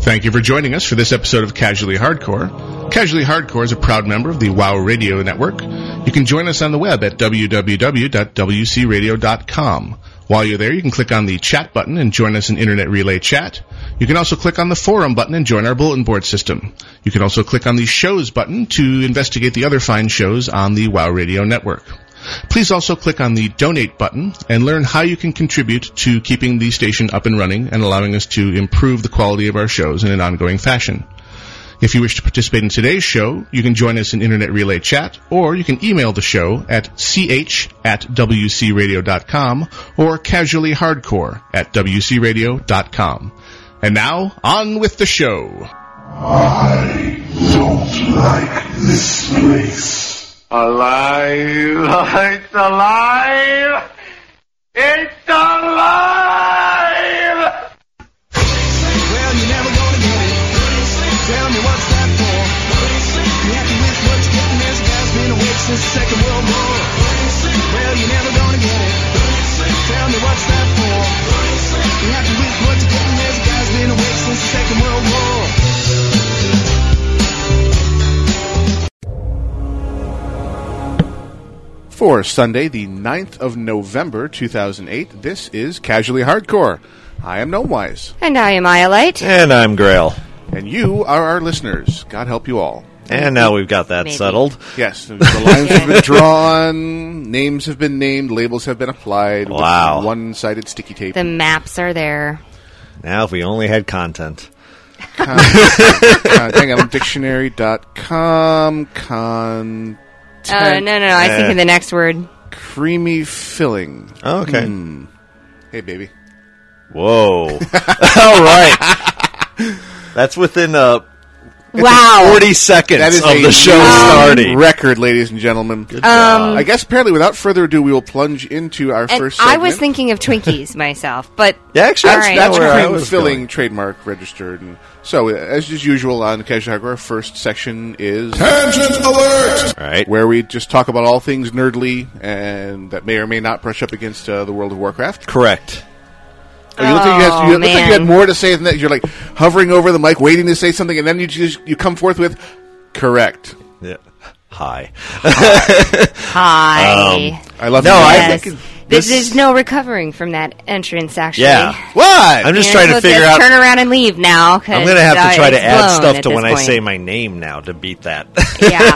Thank you for joining us for this episode of Casually Hardcore. Casually Hardcore is a proud member of the WoW Radio Network. You can join us on the web at www.wcradio.com. While you're there, you can click on the chat button and join us in Internet Relay Chat. You can also click on the forum button and join our bulletin board system. You can also click on the shows button to investigate the other fine shows on the WoW Radio Network. Please also click on the donate button and learn how you can contribute to keeping the station up and running and allowing us to improve the quality of our shows in an ongoing fashion. If you wish to participate in today's show, you can join us in Internet Relay Chat, or you can email the show at ch at wcradio.com or casuallyhardcore at wcradio.com. And now, on with the show. I don't like this place. Alive! It's alive! It's alive! Well, you're never gonna get it. Tell me what's that for? You happy with what you're getting? This guy's been awake since the Second World War. Well, you're never gonna get it. Tell me what's that for? You happy with what you're getting? This guy's been awake since the Second World War. For Sunday, the 9th of November, 2008, this is Casually Hardcore. I am Gnomewise, And I am Iolite. And I'm Grail. and you are our listeners. God help you all. And now we've got that Maybe. settled. Yes, the lines have been drawn, names have been named, labels have been applied Wow. with one-sided sticky tape. The maps are there. Now, if we only had content. uh, hang on, dictionary.com, con... Uh, no, no, no. I was Eh. thinking the next word. creamy filling. Oh, okay. Hey, baby. Whoa. All right. That's within uh, Wow. 40 seconds That is of a the show new starting. Record, ladies and gentlemen. Um, I guess apparently, without further ado, we will plunge into our And first. I Segment. was thinking of Twinkies myself, but Yeah, actually, All that's, right. that's That's where I cream was filling going. trademark registered. And so, uh, as is usual on Casual Hardcore, our first section is Tangent alert! All right. where we just talk about all things nerdly and that may or may not brush up against uh, the World of Warcraft. Correct. Oh, you looked like you, had, Oh, you looked like you had man. more to say than that. You're like hovering over the mic, waiting to say something, and then you just you come forth with correct. Yeah. Hi. hi. I love No, you. um, I yes. think this- This, There's no recovering from that entrance, actually. Yeah. What? I'm just You're trying to supposed figure out. just Turn around and leave now. 'cause, I'm going to have uh, to try to it's add blown stuff at to this when I point. say my name now to beat that. Yeah.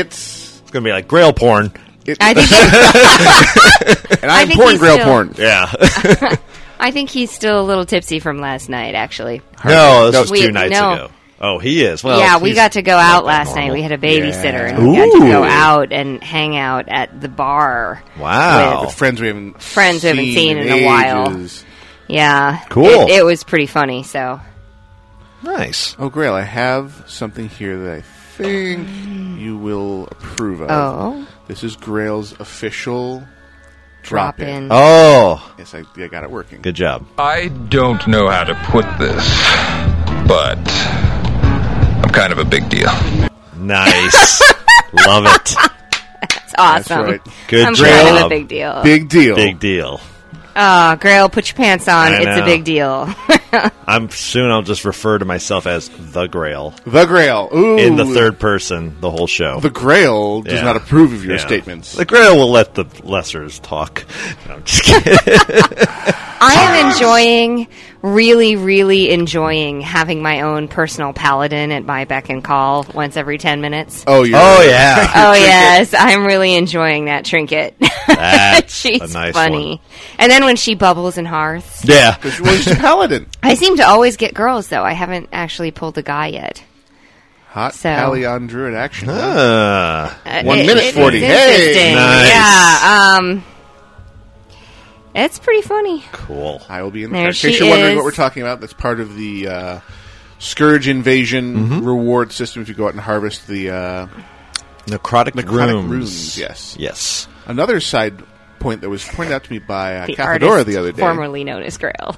it's it's going to be like Grail porn. it, I think, he- and I'm think porn he's grail still- porn. Yeah. I think he's still a little tipsy from last night, actually. no, this was We- two nights no. ago. Oh, he is. Well, yeah, we he's got to go not out that last night. normal. We had a babysitter, and we got to go out and hang out at the bar. Wow. with- With friends we haven't Friends we haven't seen in a while. ages. yeah, Cool. It, it was pretty funny. So Nice. Oh, Grail, I have something here that I think you will approve of. Oh. This is Grail's official drop, drop in. Oh, Yes, I, I got it working. good job. I don't know how to put this, but I'm kind of a big deal. Nice. Love it. It's awesome. right. Good I'm job. kind of a big deal. Big deal. Big deal. Oh, Grail, put your pants on. I It's a know. big deal. I'm soon I'll just refer to myself as the Grail The Grail. Ooh. in the third person the whole show. The Grail does Yeah. not approve of your Yeah. statements. The Grail will let the lessers talk. No, I'm just kidding. I am enjoying, really, really enjoying having my own personal paladin at my beck and call once every 10 minutes. oh, you're oh yeah. Oh, yes. I'm really enjoying that trinket. That's She's a nice funny. one. And then when she bubbles and hearths. Yeah. Well, he's a paladin. I seem to always get girls, though. I haven't actually pulled a guy yet. Hot So- Pallyon Druid action. Uh, Uh, One it- minute it is 40. Hey! interesting. Nice. Yeah. Um, it's pretty funny. cool. I will be in the There card. In case she you're wondering is. what we're talking about, that's part of the uh, Scourge Invasion Mm-hmm. reward system if you go out and harvest the uh, Necrotic, necrotic runes. runes. Yes. Yes. Another side point that was pointed out to me by uh, The Capadora artist the other day. formerly known as Grail.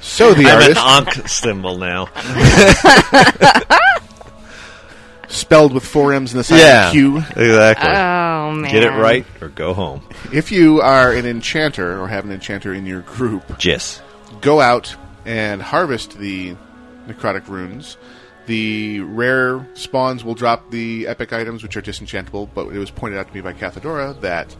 So the I'm an artist, onk symbol now. spelled with four M's and the silent yeah. Q. Exactly. Oh man, Get it right or go home. If you are an enchanter or have an enchanter in your group, Jess. go out, and harvest the necrotic runes, the rare spawns will drop the epic items, which are disenchantable. But it was pointed out to me by Cathadora that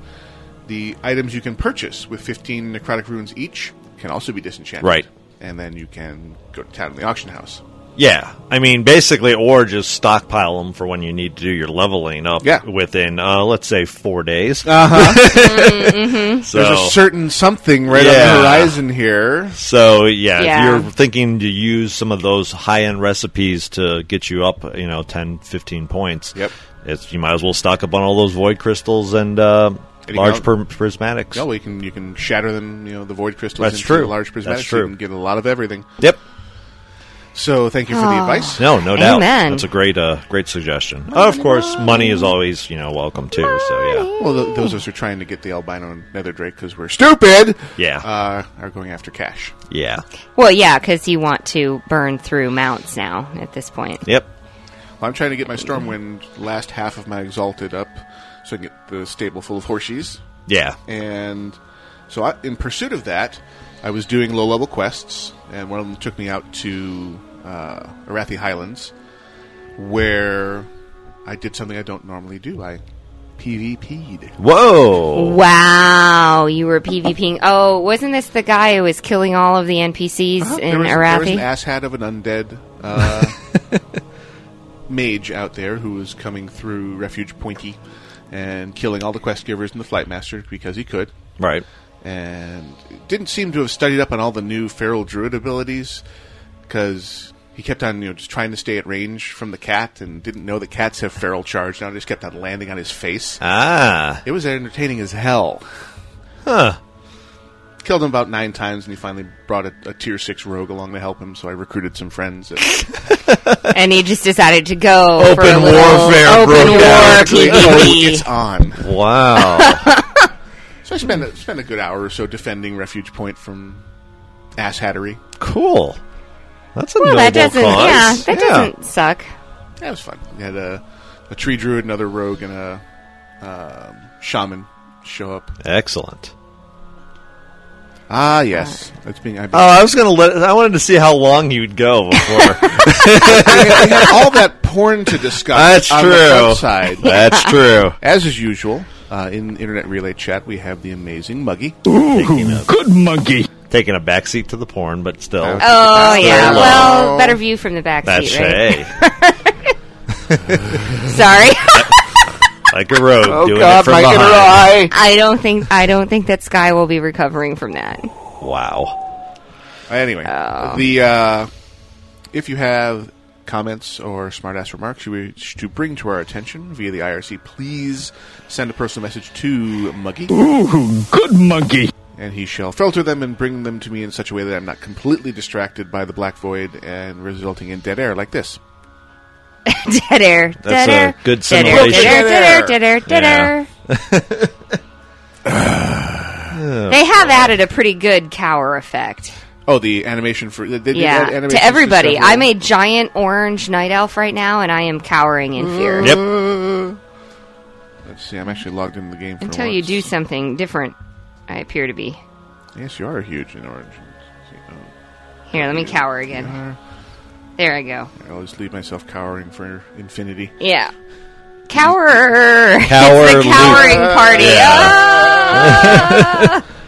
the items you can purchase with 15 necrotic runes each can also be disenchanted. Right. And then you can go to town in the auction house. Yeah, I mean, basically, or just stockpile them for when you need to do your leveling up Yeah. within, uh, let's say, four days. There's so, a certain something right on Yeah. the horizon here. so yeah, Yeah. if you're thinking to use some of those high end recipes to get you up, you know, 10, 15 points, Yep. it's, you might as well stock up on all those void crystals and uh, you large can- prim- prismatics. No, you can you can shatter them. You know the void crystals That's into true. large That's prismatics. true. You can get a lot of everything. Yep. So thank you for the advice. No, no doubt. Amen. That's a great, uh, great suggestion. of course, money is always, you know, welcome too. So yeah, Well, th- those of us who are trying to get the albino nether drake because we're stupid, Yeah. uh, are going after cash. yeah, Well, yeah, because you want to burn through mounts now at this point. yep. Well, I'm trying to get my stormwind last half of my exalted up, so I can get the stable full of horseshoes. Yeah, And so, I, in pursuit of that, I was doing low level quests, and one of them took me out to uh, Arathi Highlands, where I did something I don't normally do. I PvP'd. Whoa. Wow, you were PvPing. Oh, wasn't this the guy who was killing all of the NPCs in Uh-huh. there, was, there was Arathi? an asshat of an undead uh, mage out there who was coming through Refuge Pointy and killing all the quest givers and the flight master because he could. Right. and didn't seem to have studied up on all the new feral druid abilities because he kept on you know just trying to stay at range from the cat and didn't know that cats have feral charge now and just kept on landing on his face Ah. it was entertaining as hell Huh. killed him about nine times and he finally brought a, a tier six rogue along to help him so i recruited some friends at, and he just decided to go for a Open little warfare open broke war out. it's PvP. on Wow. so i spent a, spent a good hour or so defending refuge point from ass hattery cool. That's a Well, noble that doesn't. cause. Yeah, that doesn't suck. Yeah, it was fun. We had a, a tree druid, another rogue, and a um, shaman show up. Excellent. Ah, yes, that's being. I've Oh, been, I was gonna let. I wanted to see how long you'd go before. we had all that porn to discuss. That's on the true. outside. That's true. as is usual uh, in internet relay chat, we have the amazing Muggy. Good monkey. Taking a backseat to the porn, but still. Oh, Oh yeah. low. Well, better view from the back that's seat, right? hey, Sorry, like a rogue Oh, Oh, doing it from behind. I don't think I don't think that Sky will be recovering from that. Wow. Anyway, Oh. the uh, if you have comments or smartass remarks you wish to bring to our attention via the IRC, please send a personal message to Muggy. Ooh, good monkey. and he shall filter them and bring them to me in such a way that I'm not completely distracted by the black void and resulting in dead air like this. Dead air. Dead That's a air. good dead air. simulation. Dead air. Dead Dead air. air. Dead air. Dead air. they have added a pretty good cower effect. Oh, the animation for they did that Yeah, animation to everybody. system. I'm a giant orange night elf right now, and I am cowering in fear Yep. Let's see, I'm actually logged into the game for until once. you do something different. I appear to be. Yes, you are huge in orange. Let's see, Here, let me cower again. oh, There I go. there. I'll just leave myself cowering for infinity. Yeah. Cower. Cower it's the cowering loop. party. Ah!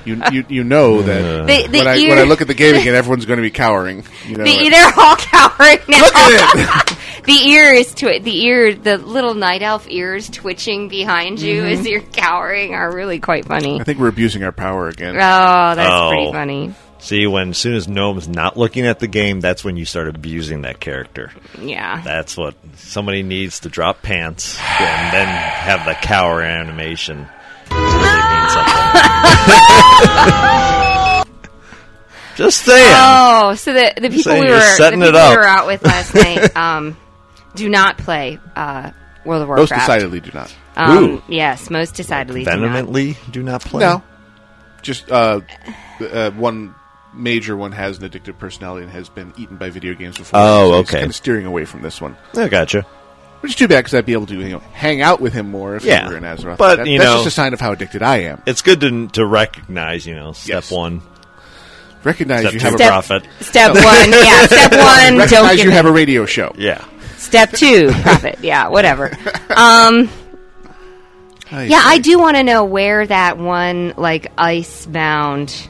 You you, you know Uh, that They- they- when, I, you- when I look at the game again, everyone's going to be cowering. You know The, it. they're all cowering now. Look at it. The ear is twi- the ear, the little night elf ears twitching behind you Mm-hmm. as you're cowering are really quite funny. I Oh, think we're abusing our power again. that's Oh. pretty funny. See, when soon as Gnome's not looking at the game, that's when you start abusing that character. Yeah. That's what somebody needs to drop pants and then have the cower animation. Really mean something. Just saying. Oh, so the the people saying we you're were the setting it people up. we were out with last night um, do not play uh, World of Most Warcraft. decidedly do not. Um, Ooh. Yes, most decidedly. do not. Vehemently do not play. No, just uh, uh, one major one has an addictive personality and has been eaten by video games before. Oh, So he's okay. Kind of steering away from this one, I gotcha. which is too bad because I'd be able to you know, hang out with him more if Yeah. he were in Azeroth. But, That- you that's know- just a sign of how addicted I am. It's good to to recognize, you know, step Yes. one. Recognize Step you to have a the profit. Step one, yeah. Step one, don't recognize get you it. have a radio show. Yeah. Step two, profit. Yeah, whatever. Um, Aye, yeah, I do want to know where that one like ice-bound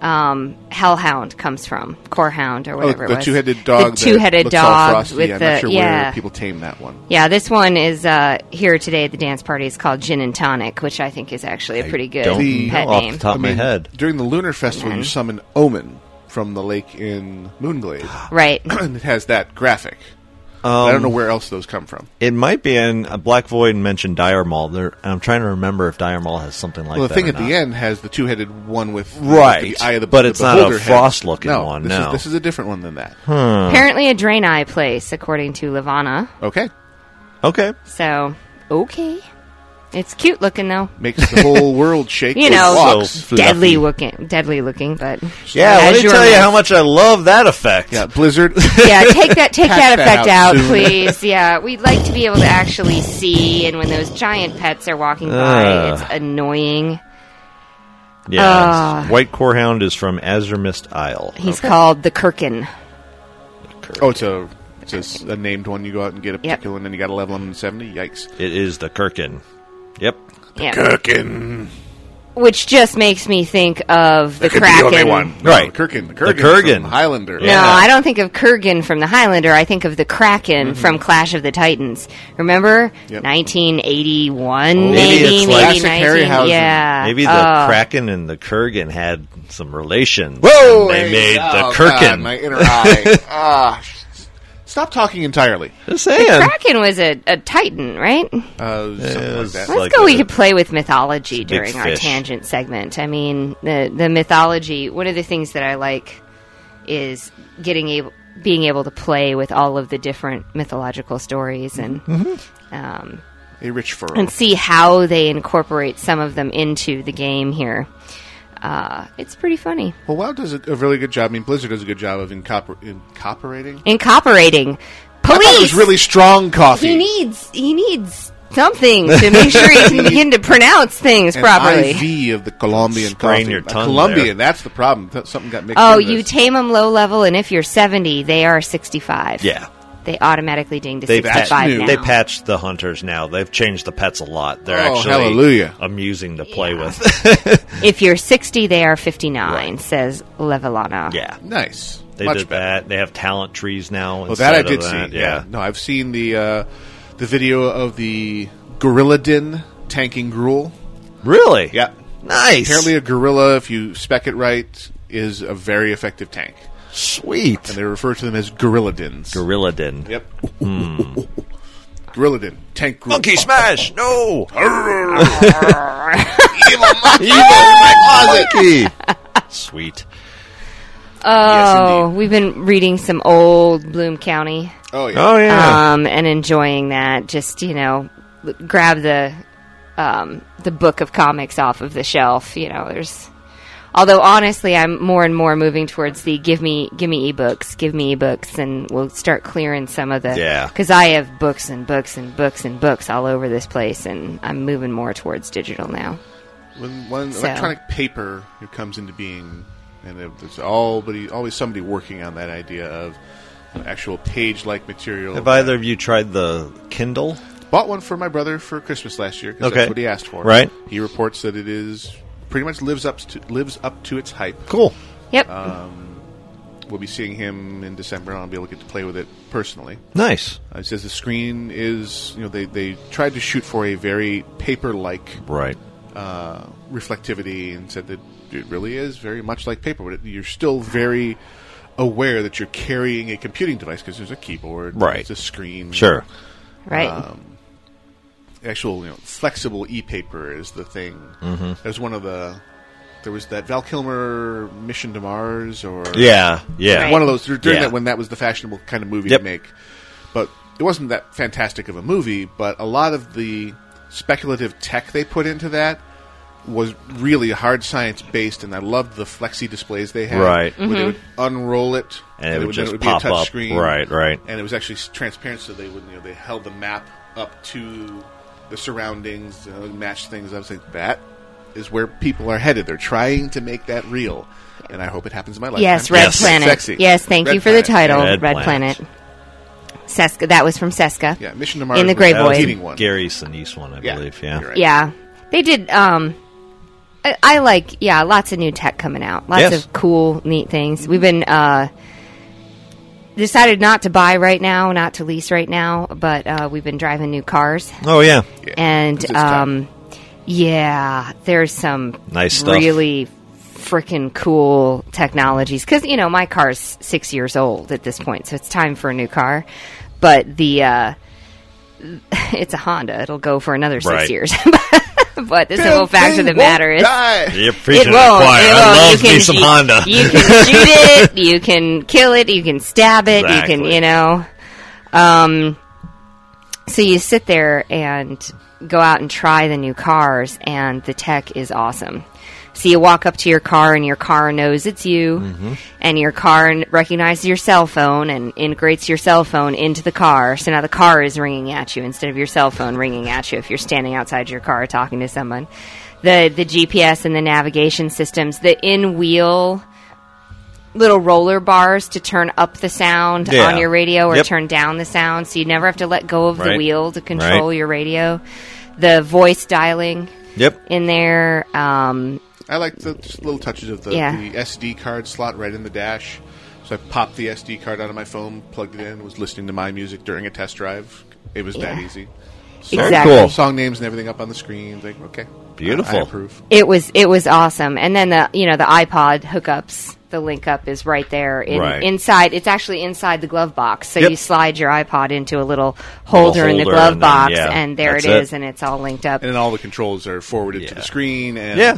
um, hellhound comes from, corehound or Oh, whatever. it the was. two-headed dog. The two-headed that looks all dog frosty. with I'm the not sure yeah. where people tame that one. Yeah, this one is uh, here today at the dance party. It's called Gin and Tonic, which I think is actually a pretty good don't The- pet know off name. the top of my head. Mm-hmm. During the lunar festival, you summon Omen from the lake in Moonglade, Right. and it has that graphic. I Um, don't know where else those come from. It might be in uh, Black Void mentioned Dire Mall. There, I'm trying to remember if Dire Mall has something like Well, that. the thing or at not. the end has the two-headed one with Right, the eye of the but the it's not a beholder head. frost-looking no, one, This no. is, this is a different one than that. Apparently, a drain eye place, according to Lavana. Okay, Okay. So, okay. It's cute looking though. makes the whole world shake. You with know, walks. So fluffy. Deadly looking, deadly looking, but Yeah, let me Azure tell you Mist. how much I love that effect. yeah, Blizzard. yeah, take that take Patch that that effect out, out soon. please. Yeah, we'd like to be able to actually see, and when those giant pets are walking by, Ah. Ugh. it's annoying. Yeah, it's- White Corehound is from Azurmist Isle. He's called the Kirkin. oh, it's a it's a s- a, named one. You go out and get a particular one, and you got to level them in seventy. Yikes! It is the Kirkin. Yep. Yeah. Kirkin, Which just makes me think of the could be Kraken. the only one. No, Right. Kirkin, the The Kirkin, from Kurgan. Highlander. No, I don't think of Kurgan from The Highlander. I think of the Kraken from Clash of the Titans. Remember, Mm-hmm. Yep. Oh, 1981, Maybe maybe, it's maybe, like- Classic 19, Harryhausen. yeah. Maybe the Oh. Kraken and the Kurgan had some relation. Whoa! They hey, made oh, the God, Kirkin. my inner eye. ah, sh- stop talking entirely. Just saying. Kraken was a, a Titan, right? Uh, something like Yes. that. Let's like go. we a- could play with mythology big during our fish. tangent segment. I mean, the the mythology. One of the things that I like is getting able, being able to play with all of the different mythological stories and Mm-hmm. um, A rich furrow. and see how they incorporate some of them into the game here. Uh, it's pretty funny. Well, WoW does a, a really good job. I mean, Blizzard does a good job of incorpor- incorporating. Incorporating I thought it police. was really strong coffee. he needs he needs something to make sure he can begin to pronounce things An properly. IV of the Colombian Sprain coffee. your A tongue Colombian, there. that's the problem. Th- something got mixed. Oh, in you this. tame them low level, and if you're 70, they are 65. Yeah. They automatically ding to They, 65 patched, new. now. they patched the hunters now. They've changed the pets a lot. They're Oh, actually hallelujah. amusing to play with. if you're 60, they are 59, says Levelana. yeah. nice. They Much did better. that. They have talent trees now. Well, that I instead did of that. see. Yeah. No, I've seen the uh, the video of the gorilla din tanking gruel. Really? Yeah. Nice. Apparently, a gorilla, if you spec it right, is a very effective tank, and Sweet. they refer to them as gorilla dins. Gorilla Din. yep. gorilla din tank gruel. Monkey Smash! No! Evil monkey in my closet. Sweet. Oh, Yes, we've been reading some old Bloom County Oh yeah. Oh, yeah. um, and enjoying that. Just, you know, l- grab the, um, the book of comics off of the shelf. You know, there's. Although honestly, I'm more and more moving towards the give me give me ebooks, give me ebooks, and we'll start clearing some of the Yeah. Because I have books and books and books and books all over this place, and I'm moving more towards digital now. When, when So- electronic paper comes into being, and there- there's always always somebody working on that idea of an actual page-like material. Have either of you tried the Kindle? Bought one for my brother for Christmas last year because Okay. that's what he asked for. Right. He reports that it is pretty much lives up to lives up to its hype. Cool. Yep. We'll be seeing him in December, and I'll be able to get to play with it personally. Nice. Uh, it says the screen is you know they they tried to shoot for a very paper-like Right. uh, reflectivity and said that it really is very much like paper, but it, you're still very aware that you're carrying a computing device because there's a keyboard, Right. It's a screen, Sure. right. Actual, you know, flexible e-paper is the thing. Mm-hmm. There's one of the. There was that Val Kilmer Mission to Mars, or Yeah. Yeah. one of those during Yeah. that when that was the fashionable kind of movie Yep. to make. But it wasn't that fantastic of a movie. But a lot of the speculative tech they put into that was really hard science based, and I loved the flexi displays they had. Right. where they would unroll it, And it would then just be a pop touch up. Screen, Right, right. And it was actually s- transparent, so they would you know they held the map up to the surroundings, uh, matched things. I was like that is where people are headed. They're trying to make that real, and I hope it happens in my life. Yes, Red Yes. Planet. Sexy. Yes, thank Red you for the Planet. title, Red Red, Planet. Planet. Seska. That was from Seska. Yeah, Mission to Mars In the was Grey the Void. leading one. Gary Sinise one, I yeah, believe. Yeah. you're right. Yeah, they did. Um, I, I like yeah, lots of new tech coming out. Lots Yes. of cool, neat things. We've been uh, decided not to buy right now, not to lease right now, but uh, we've been driving new cars Oh yeah. It's and time. um, yeah, there's some Nice stuff. really freaking cool technologies. Because you know my car's six years old at this point, so it's time for a new car. But the uh, it's a Honda; it'll go for another six Right. years. but the simple fact of the Won't matter is. die. You're It preaching to won't. the choir. It I won't. love you me can some shoot- Honda. You can shoot it. You can kill it. You can stab it. You can, Exactly. you know. Um, so you sit there and go out and try the new cars, and the tech is awesome. So you walk up to your car, and your car knows it's you, Mm-hmm. and your car n- recognizes your cell phone and integrates your cell phone into the car. So now the car is ringing at you instead of your cell phone ringing at you if you're standing outside your car talking to someone. The the GPS and the navigation systems, the in wheel little roller bars to turn up the sound Yeah. on your radio or Yep. turn down the sound, so you never have to let go of Right. the wheel to control Right. your radio. The voice dialing Yep. in there. Um, I like the just little touches of the, Yeah. the SD card slot right in the dash. So I popped the SD card out of my phone, plugged it in, was listening to my music during a test drive. It was that Yeah. easy. Exactly. cool. Song names and everything up on the screen. Like, okay, Beautiful. I approve. It was it was awesome. And then the you know the iPod hookups. The link up is right there in, Right. inside. It's actually inside the glove box. So Yep. you slide your iPod into a little holder, in the holder glove and then, box, yeah, and there that's it is, it. and it's all linked up. And then all the controls are forwarded to Yeah. the screen. And Yeah.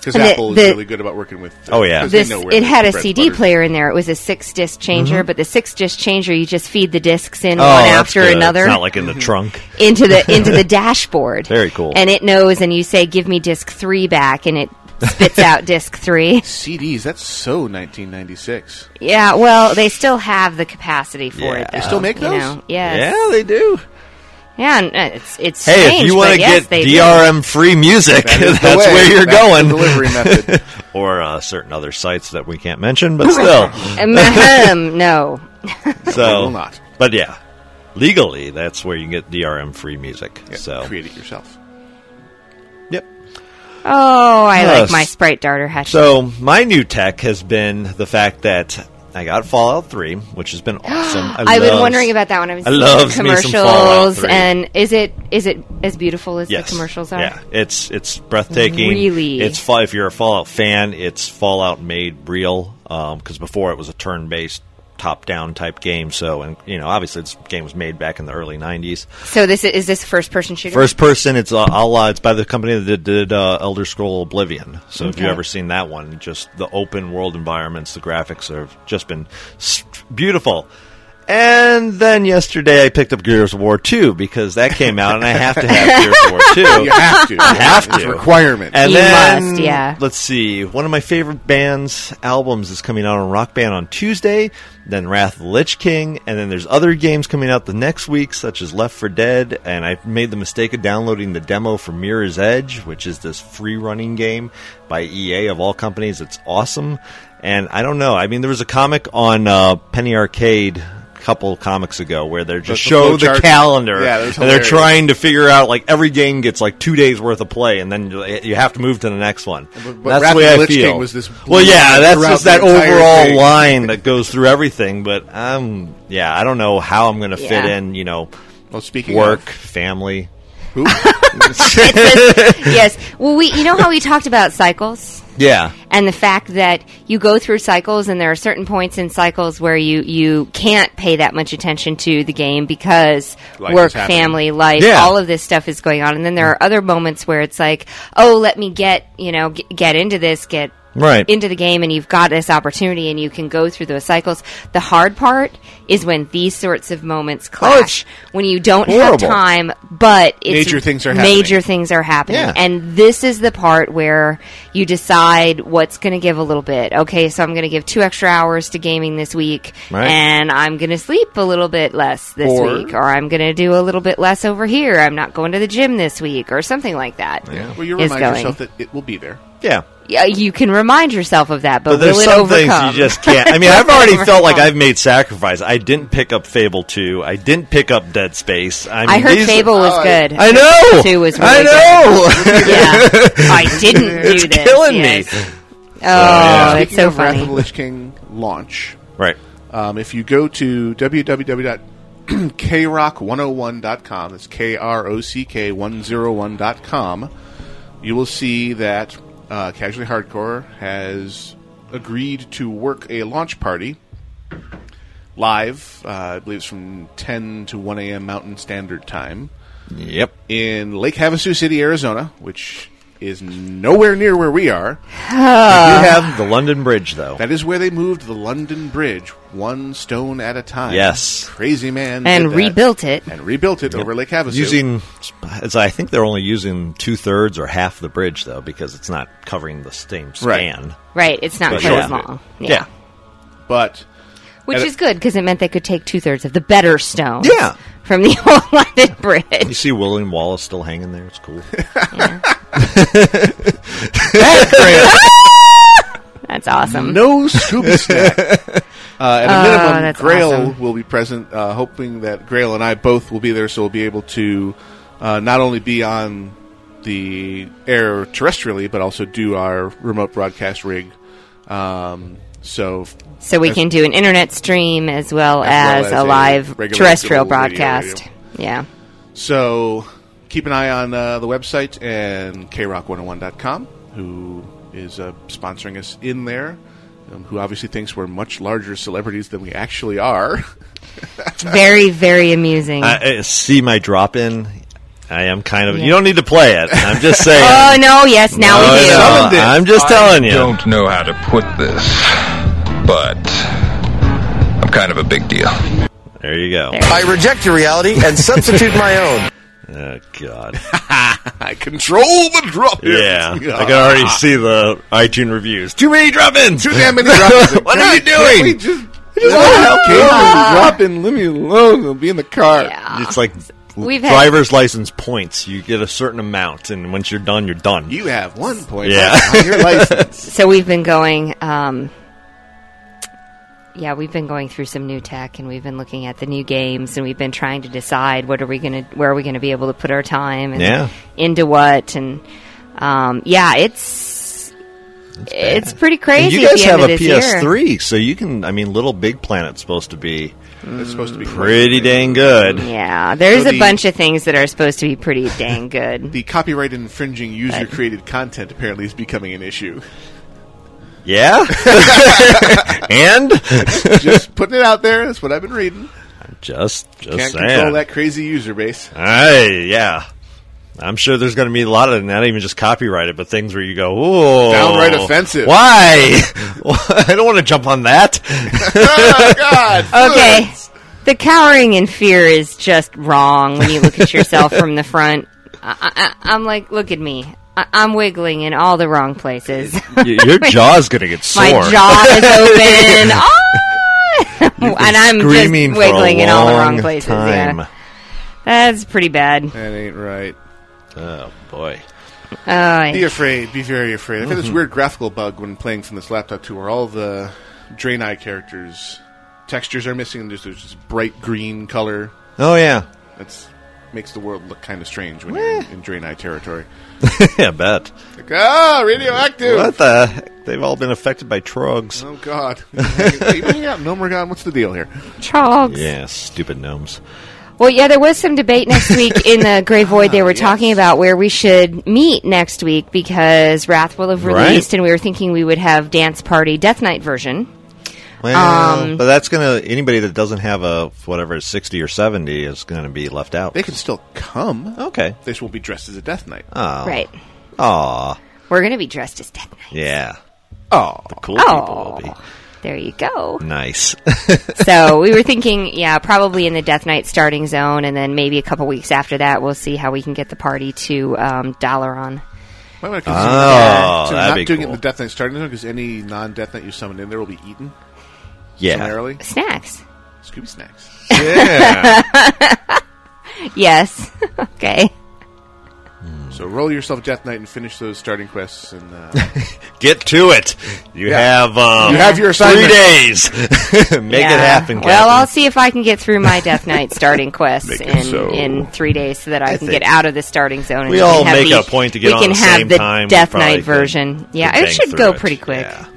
Because And the- Apple is the- really good about working with. Oh, yeah. 'cause they this know where it the had a bread CD butter's- player in there. It was a six disc changer, but the six disc changer you just feed the discs in Mm-hmm. Oh, one that's after good. It's another not like in Mm-hmm. the trunk. into the into the dashboard. Very cool. And it knows, and you say, "Give me disc three back," and it spits out disc three. CDs. That's so 1996. Yeah, well, they still have the capacity for Yeah. it. They though, still make you those? know. Yes. Yeah, they do. Yeah, and, uh, it's it's Hey, strange, if you want to get DRM free music, That is that's the way. where you're That's the going. delivery method. or uh, certain other sites that we can't mention, but still. um, no. so, will not. but yeah, legally, that's where you get DRM free music. Yeah, so, create it yourself. yep. Oh, I Yes. like my sprite darter hatchet. So my new tech has been the fact that I got Fallout Three, which has been awesome. I I've been love- wondering about that when I was I seeing loves me some Fallout commercials. 3. and is it is it as beautiful as the commercials are? Yeah, it's it's breathtaking. Really? it's fa- if you're a Fallout fan, it's Fallout made real. Because before it was a turn-based, top-down type game. So, and you know, obviously this game was made back in the early '90s. So this is, is this first person shooter? First person, it's uh, a la, it's by the company that did, did uh, Elder Scroll Oblivion. So if you've Okay. ever seen that one, just the open world environments, the graphics have just been s- beautiful. And then yesterday I picked up Gears of War 2 because that came out and I have to have Gears of War 2. You have to. have It's a to. requirement. And You then, must, yeah. Let's see. One of my favorite bands' albums is coming out on Rock Band on Tuesday. Then Wrath of the Lich King, and then there's other games coming out the next week, such as Left for Dead. And I made the mistake of downloading the demo for Mirror's Edge, which is this free running game by EA of all companies. It's awesome. And I don't know. I mean, there was a comic on uh, Penny Arcade a couple comics ago where they're just the show the flowchart. calendar Yeah, that and was they're hilarious. trying trying to figure out like every game gets like two days worth of play, and then you- you have to move to the next one. but that's Wrath the way of I the Lich feel. King was this well, blue yeah, that's throughout just the that entire overall thing. line that goes through everything. But um, yeah, I don't know how I'm going to fit Yeah. in. You know, well, speaking work, family. of who, yes. Well, we you know how we talked about cycles Yeah, and the fact that you go through cycles and there are certain points in cycles where you you can't pay that much attention to the game because Life is work, happening. family, life, Yeah. all of this stuff is going on. And then there are other moments where it's like, oh, let me get you know g- get into this, get Right. into the game and you've got this opportunity and you can go through those cycles. The hard part is when these sorts of Oh, moments clash when you don't have horrible. time, but it's Major things are major things are happening. Yeah. And this is the part where you decide what's going to give a little bit. Okay, so I'm going to give 2 extra hours to gaming this week Right. and I'm going to sleep a little bit less this Or- week or I'm going to do a little bit less over here. I'm not going to the gym this week or something like that. Yeah. Well, you Is remind going. yourself that it will be there. Yeah. Yeah, you can remind yourself of that, but, But there's will it some things overcome? you just can't. I mean, I've already felt like Overcome. I've made sacrifice. I didn't pick up Fable 2. I didn't pick up Dead Space. I, mean, I heard these- Fable was good. I know. Two was I really know. yeah, I didn't do it's this. killing yes. me. Oh, yeah. it's Speaking so of Wrath of the funny. Lich King launch, Right. um, if you go to www.krock101.com, that's K R O C K 101.com, you will see that uh, Casually Hardcore has agreed to work a launch party live, uh, I believe it's from 10 to 1 a.m. Mountain Standard Time. Yep. in Lake Havasu City, Arizona, which is nowhere near where we are. you have the London Bridge, though. That is where they moved the London Bridge, one stone at a time. Yes. crazy man, And did that. rebuilt it. and rebuilt it over Lake Havasu. Using, as I think they're only using two thirds or half the bridge though, because it's not covering the same Right. span. Right, it's not But quite yeah. as long. Yeah. but Which And- is good because it meant they could take two thirds of the better stones Yeah. from the old London Bridge. You see William Wallace still hanging there. It's cool. That's awesome. no Scooby snack. Uh, at a minimum, Ah, that's Grail awesome. will be present, uh, hoping that Grail and I both will be there, so we'll be able to uh, not only be on the air terrestrially, but also do our remote broadcast rig. Um, so So we can do an internet stream as well As as, well as a a live regular terrestrial cable radio broadcast. radio. Yeah. So keep an eye on uh, the website and krock101.com, who is uh, sponsoring us in there, um, who obviously thinks we're much larger celebrities than we actually are. Very, very amusing. I, I see my drop in. I am kind of. Yeah. You don't need to play it. I'm just saying. oh, no, yes, now No, we do. no, I'm just telling you. Don't know how to put this, but I'm kind of a big deal. There you go. I reject your reality and substitute my own. Oh God. I control the drop. Yeah. I can already see the iTunes reviews. Too many drop ins. Too damn many drop-ins. what are you We doing? just, just want to help Caitlin drop in. Let me alone. I'll be in the car. Yeah. It's like We've had- driver's license points. You get a certain amount, and once you're done, you're done. You have one point Yeah. on your license. so we've been going um, yeah we've been going through some new tech and we've been looking at the new games and we've been trying to decide what are we going to where are we going to be able to put our time and Yeah. into what and um, yeah it's it's pretty And crazy you at guys the have end a of this year. PS3, so you can. I mean, Little Big Planet's supposed to be it's supposed to be pretty dang good. yeah there's So a the- bunch of things that are supposed to be pretty dang good The copyright infringing user created content apparently is becoming an issue. Yeah. and Just putting it out there. That's what I've been reading. just just Can't saying. control that crazy user base. Aye, yeah. I'm sure there's going to be a lot of not even just copyrighted, but things where you go, "Ooh, Downright offensive." Why? I don't want to jump on that. oh God! okay the cowering in fear is just wrong when you look at yourself from the front I, I, I'm like look at me I, I'm wiggling in all the wrong places. Y- Your jaw's going to get sore. my jaw is open. Ah! and I'm just Screaming for a wiggling in all the long wrong places. time. Yeah. That's pretty bad. That ain't right. Oh boy. Uh, Be afraid. Be very afraid. I've had this weird graphical bug when playing from this laptop too, where all the Draenei characters textures are missing, and there's, there's this bright green color Oh yeah. that's makes the world look kind of strange when you're in, in Draenei territory. yeah, I bet. Like, ah, radioactive. What the? Heck? They've all been affected by trogs. Oh God! Are you hanging out in Nomergon? What's the deal here? Trogs. Yeah, stupid gnomes. Well, yeah, there was some debate next week in the Ah, Grey Void they were talking about where we should meet next week because Wrath will have Right. released, and we were thinking we would have Dance Party Death Knight version. Well, Um, but that's gonna anybody that doesn't have a whatever sixty or seventy is gonna be left out. They can still come. okay. They just won't be dressed as a Death Knight. Oh. Right. Aw. We're going to be dressed as Death Knight. Yeah. Ah. Oh, the cool Oh, people will there you go. be nice. so we were thinking, yeah, probably in the Death Knight starting zone, and then maybe a couple weeks after that, we'll see how we can get the party to um, Dalaran. Might want to Oh, consider that'd so not be doing it in cool. the Death Knight starting zone because any non-Death Knight you summon in there will be eaten yeah, summarily. Snacks. Scooby snacks. yeah. Yes. okay. so roll yourself Death Knight and finish those starting quests. And uh, Get to it. You have um, You have your three assignment. days. Make Yeah. it happen. Well, I'll Captain. see if I can get through my Death Knight starting quest Make it in, so. in three days, so that I, I can think get out of the starting zone. And we can all have make the- a point to get we on can the have same the time. We Death probably Knight could- version. Yeah, could it bang should through go it. pretty quick. Yeah.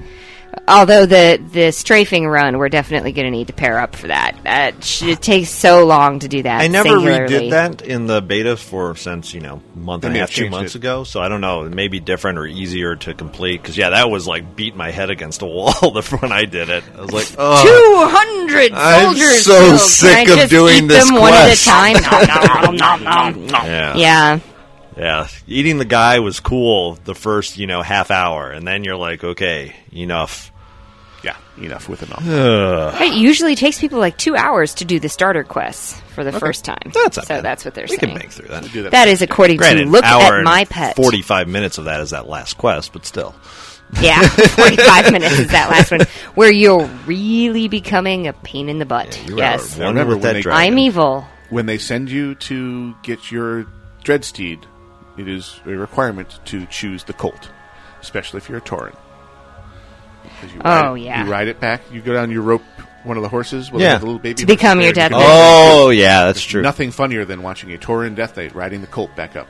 Although the the strafing run, we're definitely going to need to pair up for that. That sh- it takes so long to do that. I never singularly. redid that in the beta for since you know month They and may a have half, two changed months it. ago. So I don't know. It may be different or easier to complete because yeah, that was like beat my head against a wall the when I did it. I was like, oh, Two hundred I'm soldiers. so killed. Can sick I of just doing eat this them one at a quest. time. Nom, nom, nom, nom, yeah, nom. yeah, yeah. Eating the guy was cool the first you know half hour, and then you're like, okay, enough. yeah, enough with enough. it usually takes people like two hours to do the starter quests for the first time. That's not so bad. that's what they're We saying. can bang through that. Do that. that is according Granted, to look an hour at my and pet. Forty-five minutes of that is that last quest, but still. Yeah, forty-five minutes is that last one where you're really becoming a pain in the butt. You were yes, out one Remember with when that they- dragon. I'm evil. when they send you to get your dreadsteed, it is a requirement to choose the colt, especially if you're a tauren. 'Cause you ride Oh, it- yeah. you ride it back. You go down, you rope one of the horses. Well, Yeah. yeah, the little baby To become horses your there, death you can- Oh yeah, that's true. Nothing funnier than watching a tauren death knight riding the colt back up.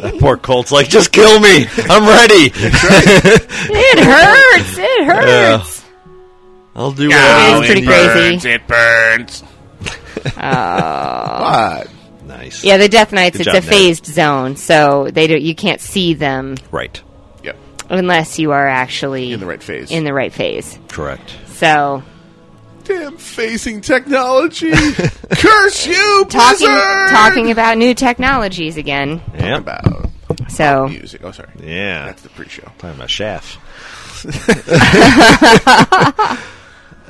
That poor Colt's like, just kill me. I'm ready. It hurts. It hurts. I'll do It it. is pretty crazy. It burns. Oh. what? Nice. Yeah, the Death Knights. Good it's job, a Ned. phased zone, so they do, you can't see them Right. Yep. unless you are actually In the right phase. in the right phase. Correct. So Damn facing technology. Curse you, talking Blizzard! talking about new technologies again. Yeah. about So music. Oh, sorry. Yeah. That's the pre-show. Talking about Shaft. Hear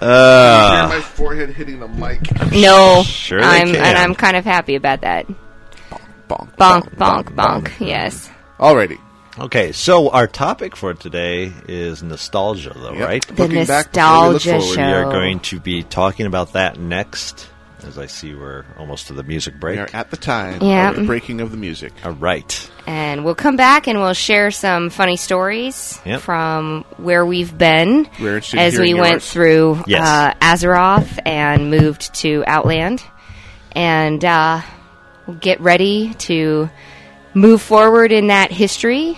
my forehead hitting the mic. no, Sure they I'm can. and I'm kind of happy about that. Bonk. Bonk, bonk, bonk. Yes. Alrighty. Okay, so our topic for today is nostalgia, though, Yep. right? The Looking back before we look nostalgia forward, show. We are going to be talking about that next, as I see we're almost to the music We are break. at the time Yeah. of the breaking of the music. All right. And we'll come back and we'll share some funny stories Yep. from where we've been We're interested in as we hearing went yours. through Yes. uh, Azeroth and moved to Outland. And uh, we'll get ready to move forward in that history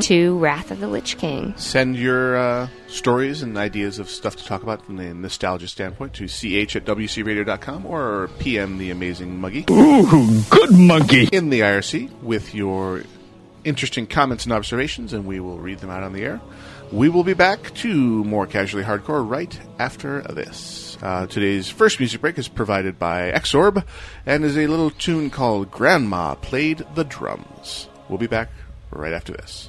to Wrath of the Lich King. Send your uh, stories and ideas of stuff to talk about from the nostalgia standpoint to ch at wcradio.com or PM the amazing Muggy. Ooh, good monkey. In the IRC with your interesting comments and observations, and we will read them out on the air. We will be back to more casually hardcore right after this. Uh, today's first music break is provided by Xorb and is a little tune called Grandma Played the Drums. We'll be back right after this.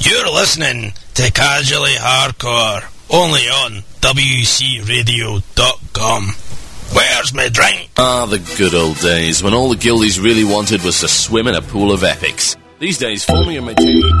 You're listening to Casually Hardcore, only on WCRadio.com. Where's my drink? Ah, the good old days when all the guildies really wanted was to swim in a pool of epics. These days, forming a material.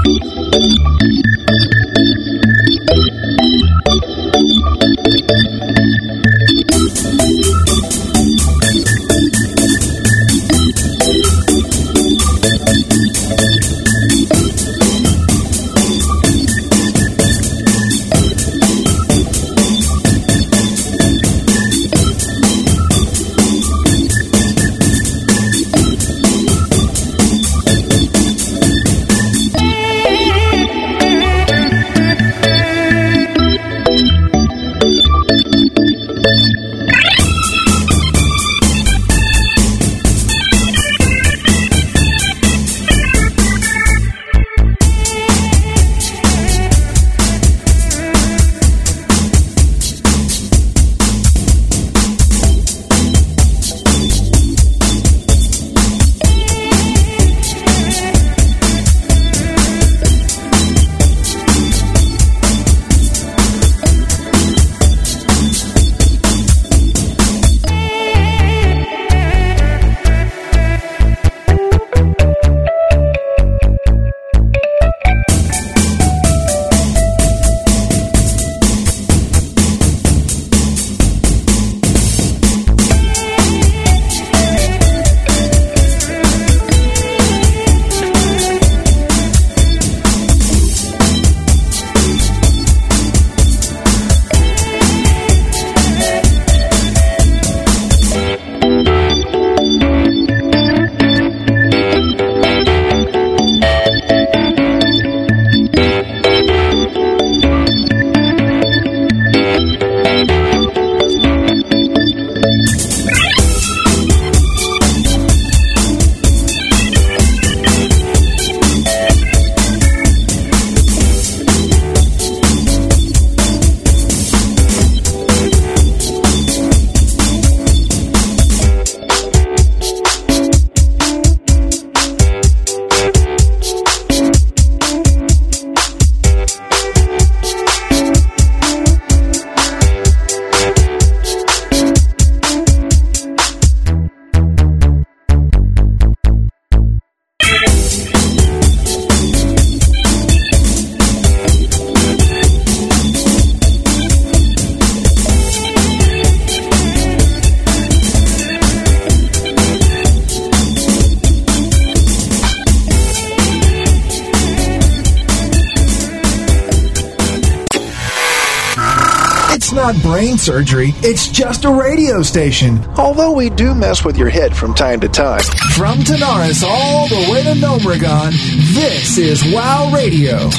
not brain surgery, it's just a radio station. Although we do mess with your head from time to time. From Tanaris all the way to Nomragon, this is WoW Radio.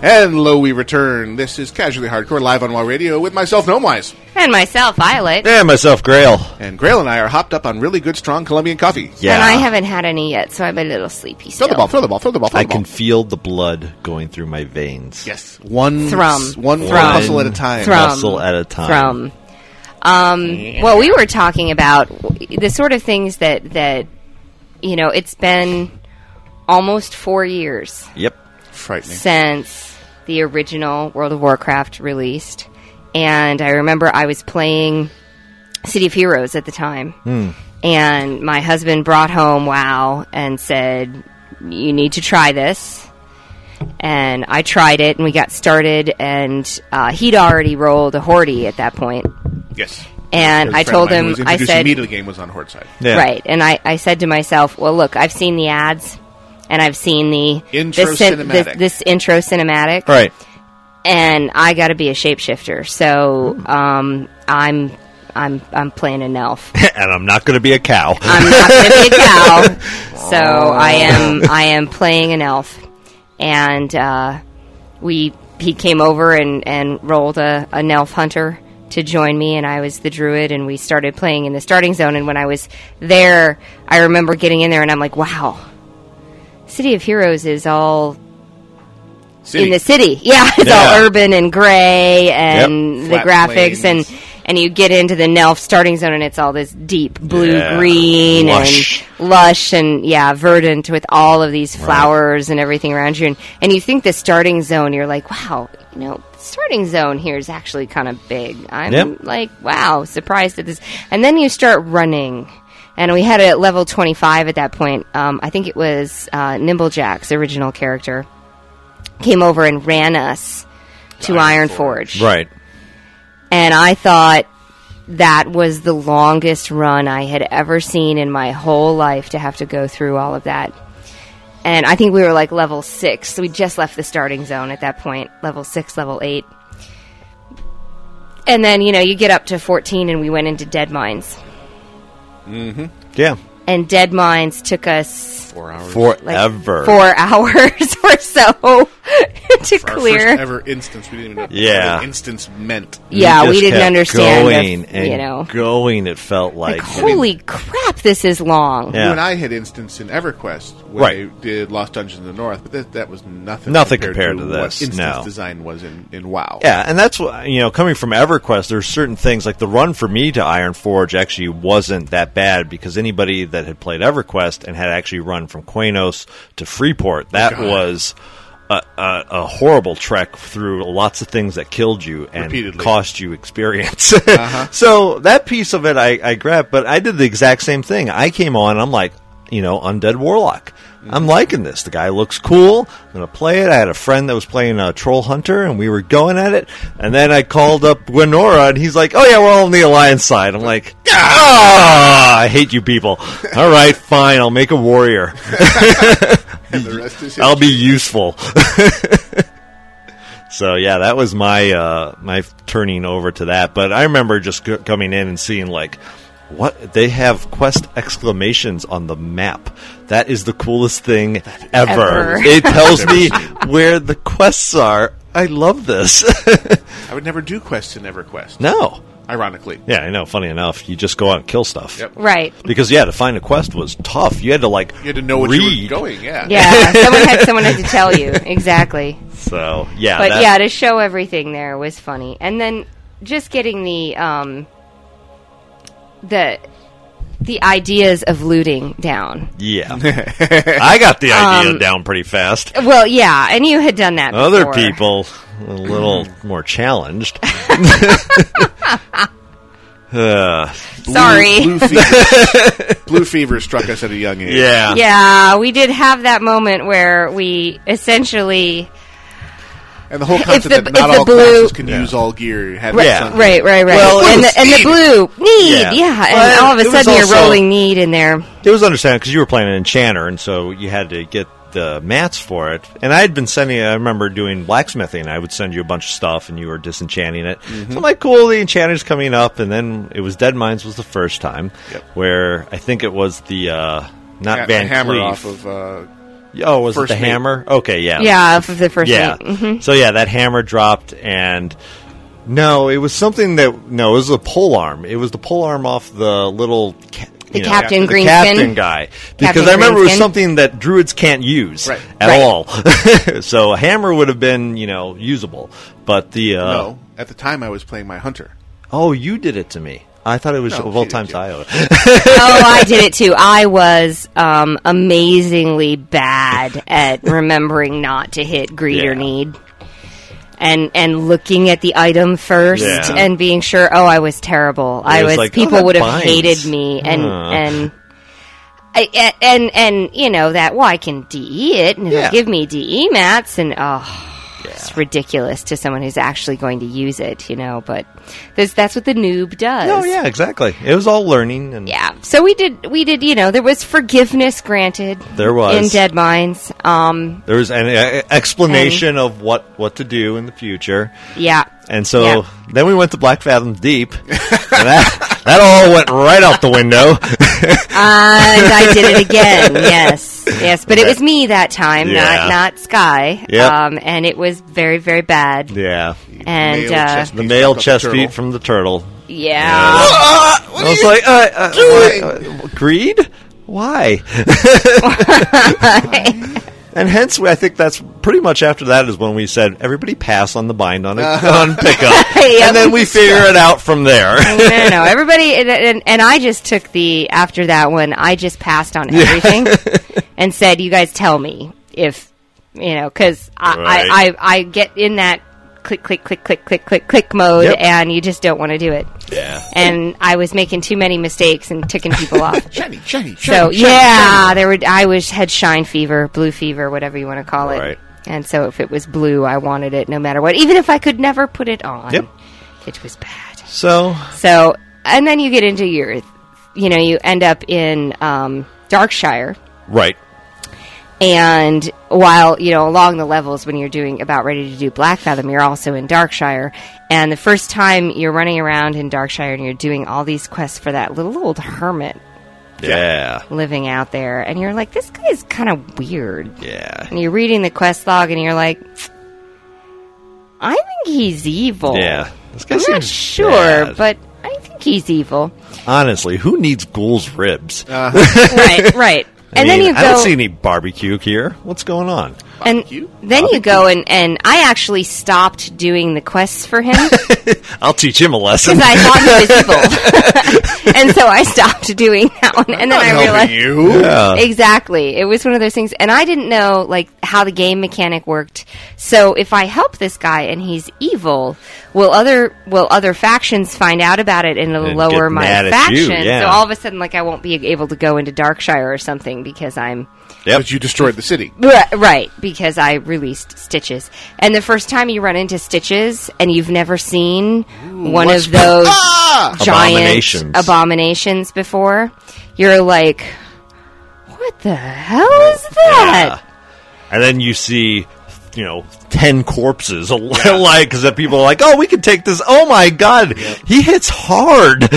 Hello, we return. This is Casually Hardcore live on WoW Radio with myself, Gnomewise. And myself, Violet. And myself, Grail. And Grail and I are hopped up on really good, strong Colombian coffee. And I haven't had any yet, so I'm a little sleepy Throw still. the ball, throw the ball, throw the ball, throw I the ball. can feel the blood going through my veins. Yes. One Thrum. s- one Thrum. muscle at a time. Thrum. Muscle at a time. From, um, well, we were talking about the sort of things that that you know. It's been almost four years Yep. Frightening. since the original World of Warcraft released, and I remember I was playing City of Heroes at the time, Hmm. and my husband brought home WoW and said, "You need to try this." And I tried it, and we got started, and uh, he'd already rolled a Hordy at that point. Yes. And Because a I friend of told mine who him, was I introducing said, me to the game was on Horde side. Right. And I, I said to myself, well, look, I've seen the ads and I've seen the Intro this, this, cinematic. this intro cinematic. Right. And I got to be a shapeshifter. So Mm-hmm. um, I'm I'm I'm playing an elf. and I'm not going to be a cow. I'm not going to be a cow. So I am I am playing an elf, and uh, we he came over and and rolled a an elf hunter to join me, and I was the druid, and we started playing in the starting zone. And when I was there, I remember getting in there, and I'm like, wow, City of Heroes is all. City. In the city, yeah, it's all Yeah. urban and gray, and Yep. the Flat graphics, plains. and and you get into the Nelf starting zone, and it's all this deep blue Yeah. green Lush. and lush and yeah verdant with all of these flowers and everything around you and, and you think the starting zone you're like wow you know the starting zone here is actually kind of big i'm Yep. like wow surprised at this and then you start running and we had it at level 25 at that point um, i think it was uh, nimblejack's original character came over and ran us to iron forge Right. and I thought that was the longest run I had ever seen in my whole life to have to go through all of that. And I think we were like level six. So we just left the starting zone at that point, level six, level eight. And then, you know, you get up to 14 and we went into Dead Mines. Mm-hmm. Yeah. And Dead Mines took us four hours. Forever. four hours or so to For our clear. first ever instance, we didn't even know Yeah. what an instance meant. Yeah, You we just didn't kept understand the- Going and you know. going. It felt like, Holy crap, this is long. You Yeah. and I had instance in EverQuest when Right. they did Lost Dungeons in the North, but that, that was nothing. Nothing compared to what this, instance no. design was in, in WoW. Yeah, and that's what you know. Coming from EverQuest, there's certain things like the run for me to Iron Forge actually wasn't that bad because anybody that had played EverQuest and had actually run from Quenos to Freeport, that God. was a, a, a horrible trek through lots of things that killed you and Repeatedly. cost you experience. So that piece of it I, I grabbed, but I did the exact same thing. I came on, I'm like, you know, Undead Warlock. I'm liking this. The guy looks cool. I'm going to play it. I had a friend that was playing uh, Troll Hunter, and we were going at it. And then I called up Gwenora, and he's like, oh, yeah, we're all on the Alliance side. I'm like, ah, I hate you people. All right, fine. I'll make a warrior. And the rest is I'll be useful. so yeah, that was my uh, my turning over to that. But I remember just c- coming in and seeing like what they have quest exclamations on the map. That is the coolest thing ever. Ever. It tells me where the quests are. I love this. I would never do quests in EverQuest. no. Ironically. Yeah, I know. Funny enough, you just go out and kill stuff. Yep. Right. Because yeah, to find a quest was tough. You had to like You had to know what you were read. going, yeah. Yeah, someone had someone had to tell you exactly. So yeah, but that- yeah, to show everything there was funny, and then just getting the um, the the ideas of looting down. Yeah. I got the idea Um, down pretty fast. Well, yeah, and you had done that. Other before. people a little Mm. more challenged. Uh, Blue- Sorry. Blue fever, blue fever struck us at a young age. Yeah. Yeah, we did have that moment where we essentially And the whole If concept the- that if not the all blue- classes can use all gear. Had right, something. right, right, right, Well, and it the, and the blue Yeah. need, yeah, and Well, all of it a was sudden you're also- rolling need in there. It was understandable because you were playing an enchanter, and so you had to get the mats for it, and I had been sending. I remember doing blacksmithing. I would send you a bunch of stuff, and you were disenchanting it. Mm-hmm. So I'm like, cool, the enchanting's coming up, and then it was Dead Mines was the first time Yep. where I think it was the uh, not Ha- Van the hammer Cleef. off of. Uh, Oh, was First it the Mate. hammer? Okay, yeah. Yeah, off of the first Oh. yeah. mate. Mm-hmm. Mhm. So yeah, that hammer dropped, and no, it was something that no, it was the pole arm. It was the pole arm off the little. ca- The you know, Captain the Greenskin. captain guy, because Captain I remember it was Greenskin. something that druids can't use Right. at Right. all. so a hammer would have been, you know, usable. But the uh, no, at the time I was playing my hunter. oh, you did it to me. I thought it was No, of all she did times I owe it. oh, I did it too. I was um, amazingly bad at remembering not to hit greed or need. And and looking at the item first Yeah. and being sure, oh, I was terrible. I It was was like, oh, people that would have binds. hated me and Huh. and I, a- and and you know that well, I can de it and Yeah. it'll give me de mats and oh, it's ridiculous to someone who's actually going to use it, you know. But that's that's what the noob does. Oh yeah, exactly. It was all learning and Yeah. So we did. We did. You know, there was forgiveness granted. There was. in Dead Minds. Um. There was an uh, explanation of what what to do in the future. Yeah. And so Yeah. then we went to Black Fathom Deep. and that, that all went right out the window. And I did it again. yes. Yes. But it was me that time, Yeah. not not Sky. Yep. Um. And it was very very bad. yeah. And, male uh, chest the piece male from the chest turtle. beat from the turtle. Yeah. I was like, uh, uh, why- uh, greed? Why? and hence, I think that's pretty much after that is when we said everybody pass on the bind on a, on pickup, Yep. and then we figure it out from there. no, no, no. Everybody, and, and, and I just took the after that one. I just passed on everything and said, "You guys tell me if you know," because I, Right. I, I, I get in that click, click, click, click, click, click, click mode, Yep. and you just don't want to do it. Yeah. And I was making too many mistakes and ticking people off. Shiny, shiny, shiny. So shiny, yeah, shiny. there were. I was had shine fever, blue fever, whatever you want to call it. Right. And so if it was blue, I wanted it no matter what, even if I could never put it on. Yep. It was bad. So So, and then you get into your, you know, you end up in um, Darkshire, right, and while you know along the levels when you're doing about ready to do Black Fathom, you're also in Darkshire, and the first time you're running around in Darkshire and you're doing all these quests for that little old hermit yeah, living out there, and you're like, this guy is kind of weird, yeah, and you're reading the quest log, and you're like. I think he's evil. yeah. This guy I'm not seems sure, bad. but I think he's evil. honestly, who needs ghoul's ribs? right, right. I And mean, then you I don't go, see any barbecue here. What's going on? and then you go, and and I actually stopped doing the quests for him because I'll teach him a lesson. I thought he was evil, and so I stopped doing that one. And then I realized you. Yeah. exactly it was one of those things, and I didn't know like how the game mechanic worked. So if I help this guy and he's evil, will other will other factions find out about it and it'll And lower get my mad at you, faction? yeah. So all of a sudden, like I won't be able to go into Darkshire or something because I'm Yep. But you destroyed the city. Right, right, because I released Stitches. And the first time you run into Stitches and you've never seen one what's- of those Ah! giant Abominations. abominations. before, you're like, what the hell is that? And then you see, you know, ten corpses alive because people are like, "Oh, we can take this." Oh my god, he hits hard, and,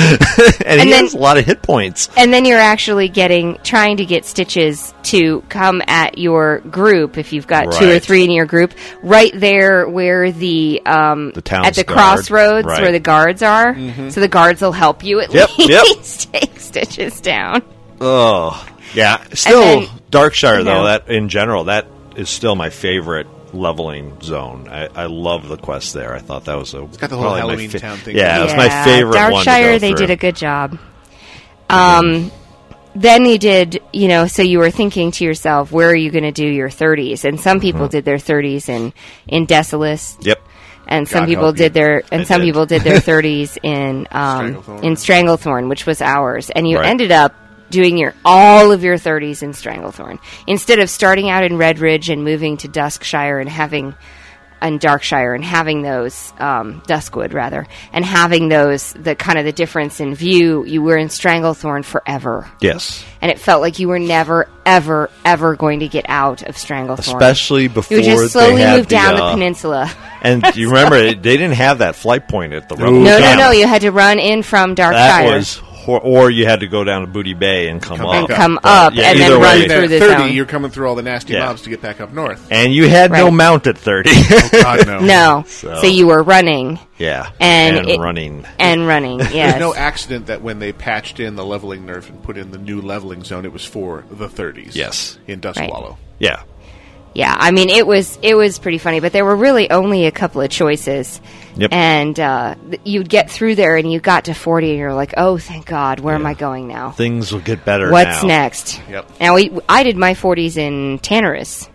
he then- has a lot of hit points. And then you're actually getting, trying to get Stitches to come at your group, if you've got two or Right. three in your group, right there where the, um, The town's at the guard, crossroads right. where the guards are. So the guards will help you at Yep, yep. least take Stitches down. Oh, yeah. Still, then- Darkshire though. Yeah. That in general, that is still my favorite leveling zone. I, I love the quest there. I thought that was a got the whole probably my Halloween town thing Yeah, going it was my favorite Darkshire, one. to go they through. Mm-hmm. did a good job. Um, then you did, you know, so you were thinking to yourself, where are you going to do your 30s? And some people Mm-hmm. did their 30s in in Desolus, Yep. and some God people help did you. their and I some did. people did their 30s in um, Stranglethorn. in Stranglethorn, which was ours. And you Right. ended up doing your all of your 30s in Stranglethorn instead of starting out in Red Ridge and moving to Duskshire and having and Darkshire and having those um, Duskwood rather and having those the kind of the difference in view. You were in Stranglethorn forever, Yes. and it felt like you were never, ever, ever going to get out of Stranglethorn. Especially before you would they just slowly had move down uh, the peninsula. And do you remember it- they didn't have that flight point at the Rebel No, no, Camp. no! You had to run in from Darkshire. That was hor- or you had to go down to Booty Bay and come up. back up. Come But, up and then either run way. through At the 30, zone. you're coming through all the nasty Yeah. mobs to get back up north. And you had no Right. mount at 30. God, No. So, you were running. Yeah. And, And it- running. And running, There's yes. no accident that when they patched in the leveling nerf and put in the new leveling zone, it was for the 30s. Yes. In Dust Right. Wallow. Yeah. yeah, I mean it was it was pretty funny, but there were really only a couple of choices. Yep. And uh, th- you'd get through there and you got to 40 and you're like, "Oh, thank God. Where am I going now?" Things will get better What's now. next? Yep. Now we I did my 40s in Tannerus.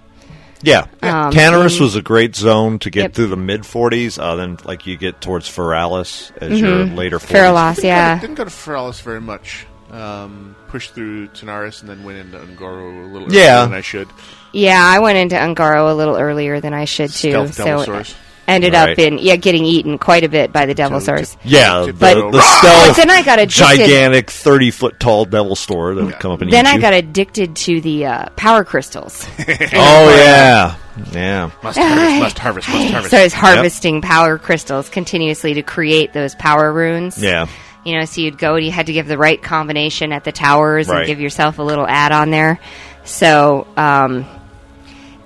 Yeah. Yeah. Um, Tannerus and- was a great zone to get Yep. through the mid 40s. Uh, then, like, you get towards Feralis as your Mhm. later 40s. Feralis, Didn't go to- yeah. didn't go to Feralis very much. Um, pushed through Tanaris and then went into Ungoro a little Yeah. earlier than I should. Yeah, I went into Ungaro a little earlier than I should too. Stealth so it Devilsaurs. ended Right. up in yeah, getting eaten quite a bit by the Devilsaurs. Yeah, the, But- the stealth. But Oh, then I got addicted. gigantic thirty foot tall devil store that would come up and Then eat I you. got addicted to the uh, power crystals. Oh yeah, yeah. Must harvest, must harvest, must harvest. So I was harvesting power crystals continuously to create those power runes. Yeah. You know, so you'd go and you had to give the right combination at the towers Right. and give yourself a little add on there. So, um,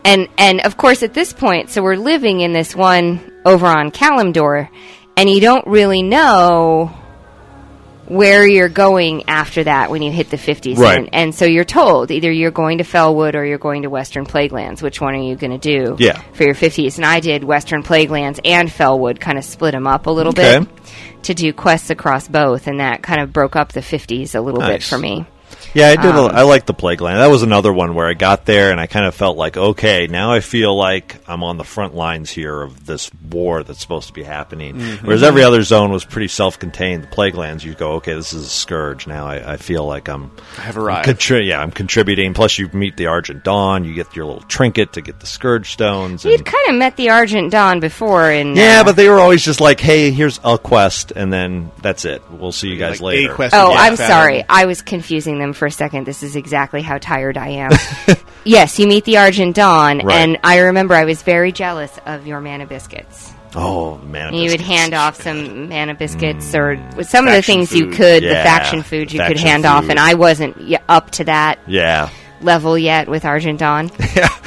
and and of course at this point, so we're living in this one over on Kalimdor, and you don't really know where you're going after that when you hit the 50s. Right. And, and so you're told either you're going to Fellwood or you're going to Western Plaguelands. Which one are you going to do Yeah. for your 50s? And I did Western Plaguelands and Fellwood, kind of split them up a little Okay. bit to do quests across both, and that kind of broke up the 50s a little bit Nice. Hmm. for me. Yeah, I did. Um, a, I like the plague land. That was another one where I got there and I kind of felt like, okay, now I feel like I'm on the front lines here of this war that's supposed to be happening. Mm-hmm. Mhm. Whereas every other zone was pretty self-contained. The plague lands, you go, okay, this is a scourge. Now I, I feel like I'm. I have arrived. I'm contri- yeah, I'm contributing. Plus, you meet the Argent Dawn. You get your little trinket to get the scourge stones. We'd kind of met the Argent Dawn before, uh, and Yeah, but they were always just like, "Hey, here's a quest," and then that's it. We'll see you guys Like, a later. quest Oh, I'm sorry. I was confusing them for a second. This is exactly how tired I am. yes, you meet the Argent Dawn, Right. and I remember I was very jealous of your mana biscuits. Oh man, And you would hand off some mana biscuits or some of Hmm. the Faction things you food. could, Yeah, the faction food you could faction hand off, and food. I wasn't y- up to that yeah, level yet with Argent Dawn.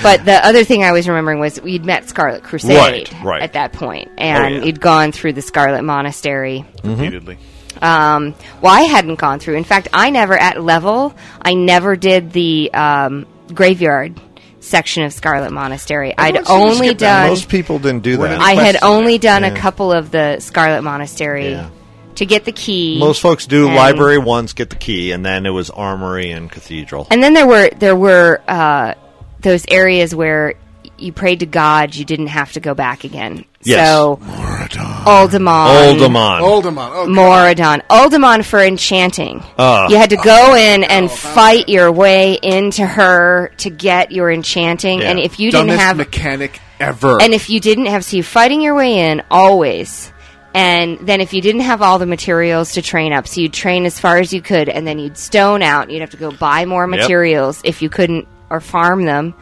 but the other thing I was remembering was we'd met Scarlet Crusade Right, right. at that point, and yeah. Mm-hmm. you'd gone through the Scarlet Monastery. repeatedly. Um, well, I hadn't gone through. In fact, I never at level. I never did the um, graveyard section of Scarlet Monastery. I'd Everyone seems to only skip that. done. Most people didn't do that. I had only done Yeah. a couple of the Scarlet Monastery to get the key. Most folks do and- library once, get the key, and then it was armory and cathedral. And then there were there were uh, those areas where you prayed to God, you didn't have to go back again. Yes. So Aldemon, Aldemon. Aldemon, oh, Moradon, Aldemon for enchanting. Ah. you had to go in and fight your way into her to get your enchanting, and if you Dumbest didn't have mechanic ever. and if you didn't have, so you fighting your way in always. And then if you didn't have all the materials to train up, so you'd train as far as you could, and then you'd stone out. You'd have to go buy more Yep. materials if you couldn't, or farm them.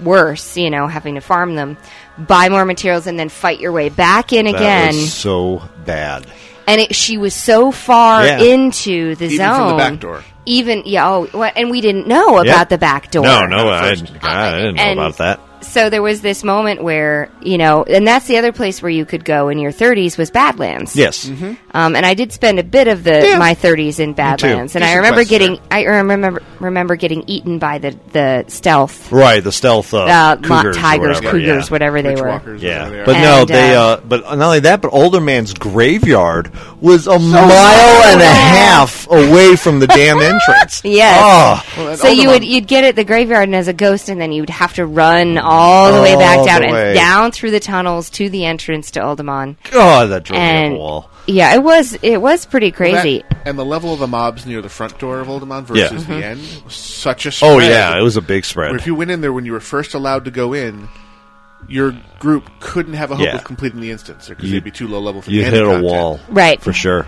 Worse, you know, having to farm them, buy more materials, and then fight your way back in That again. was so bad. and it, she was so far Yeah. into the Even zone, from the back door. Even yeah, oh, well, and we didn't know Yeah. about the back door. No, no, I, God, I didn't know and- about that. So there was this moment where you know, and that's the other place where you could go in your 30s was Badlands. Yes. Mhm. Um, and I did spend a bit of the my 30s in Badlands, and I Decent remember quest getting I remember remember getting eaten by the the stealth Right, the stealth uh, Uh, not cougars or tigers, whatever, cougars, yeah. whatever they were. Yeah, whatever they but are. no, And, they. uh, Uh, but not only that, but Alderman's graveyard was a mile and a half away from the damn entrance. Yes. Oh. so you would you'd get it at the graveyard and as a ghost, and then you'd have to run all the way back All down the way. and down through the tunnels to the entrance to Aldemon. God, that drove me and up a wall. yeah, it was it was pretty Well, that- crazy. and the level of the mobs near the front door of Oldemon Yeah. versus Mhm. Mm-hmm. the end was such a spread. Oh yeah, it was a big Where spread. if you went in there when you were first allowed to go in, your group couldn't have a hope Yeah. of completing the instance because You- they'd be too low level for you the hit ending a content. wall, Right. For sure.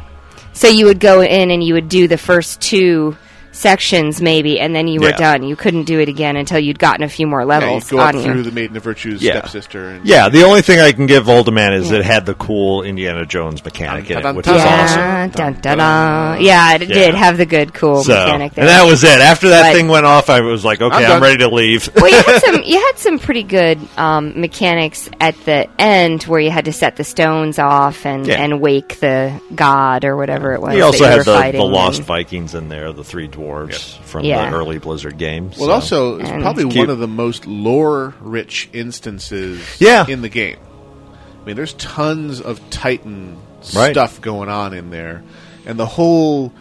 So you would go in and you would do the first two sections maybe, and then you were Yeah. done. You couldn't do it again until you'd gotten a few more levels yeah, you go on up you. through the Maiden of Virtue's Yeah. stepsister. And Yeah, the only thing I can give Ultiman is it had the cool Indiana Jones mechanic in it, which was awesome. yeah, dun, dun, dun. yeah, it did have the good cool So, mechanic there. and that was it. After that But- thing went off, I was like, okay, I'm, done. ready to leave. well, you had some you had some pretty good um, mechanics at the end where you had to set the stones off and, Yeah. and wake the god or whatever it was. We also that you had were the, fighting the Lost and- Vikings in there, the three dwarves from Yeah. the early Blizzard games. Well, so- also it's probably Cute. one of the most lore-rich instances Yeah. in the game. I mean, there's tons of Titan Right. stuff going on in there, and the whole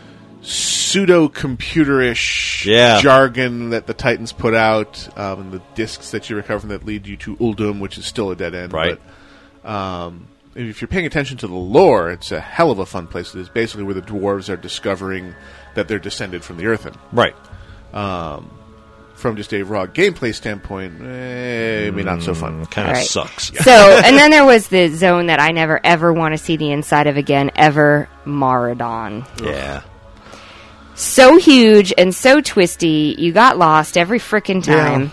pseudo-computerish Yeah. jargon that the Titans put out, um, and the discs that you recover from that lead you to Uldum, which is still a dead end. Right. But, um, if you're paying attention to the lore, it's a hell of a fun place. It is basically where the dwarves are discovering that they're descended from the Earthen. Right. Um, from just a raw gameplay standpoint, eh, maybe not so fun. Kind Right. So, and then there was the zone that I never ever want to see the inside of again, ever Maradon. Yeah. So huge and so twisty, you got lost every frickin' time.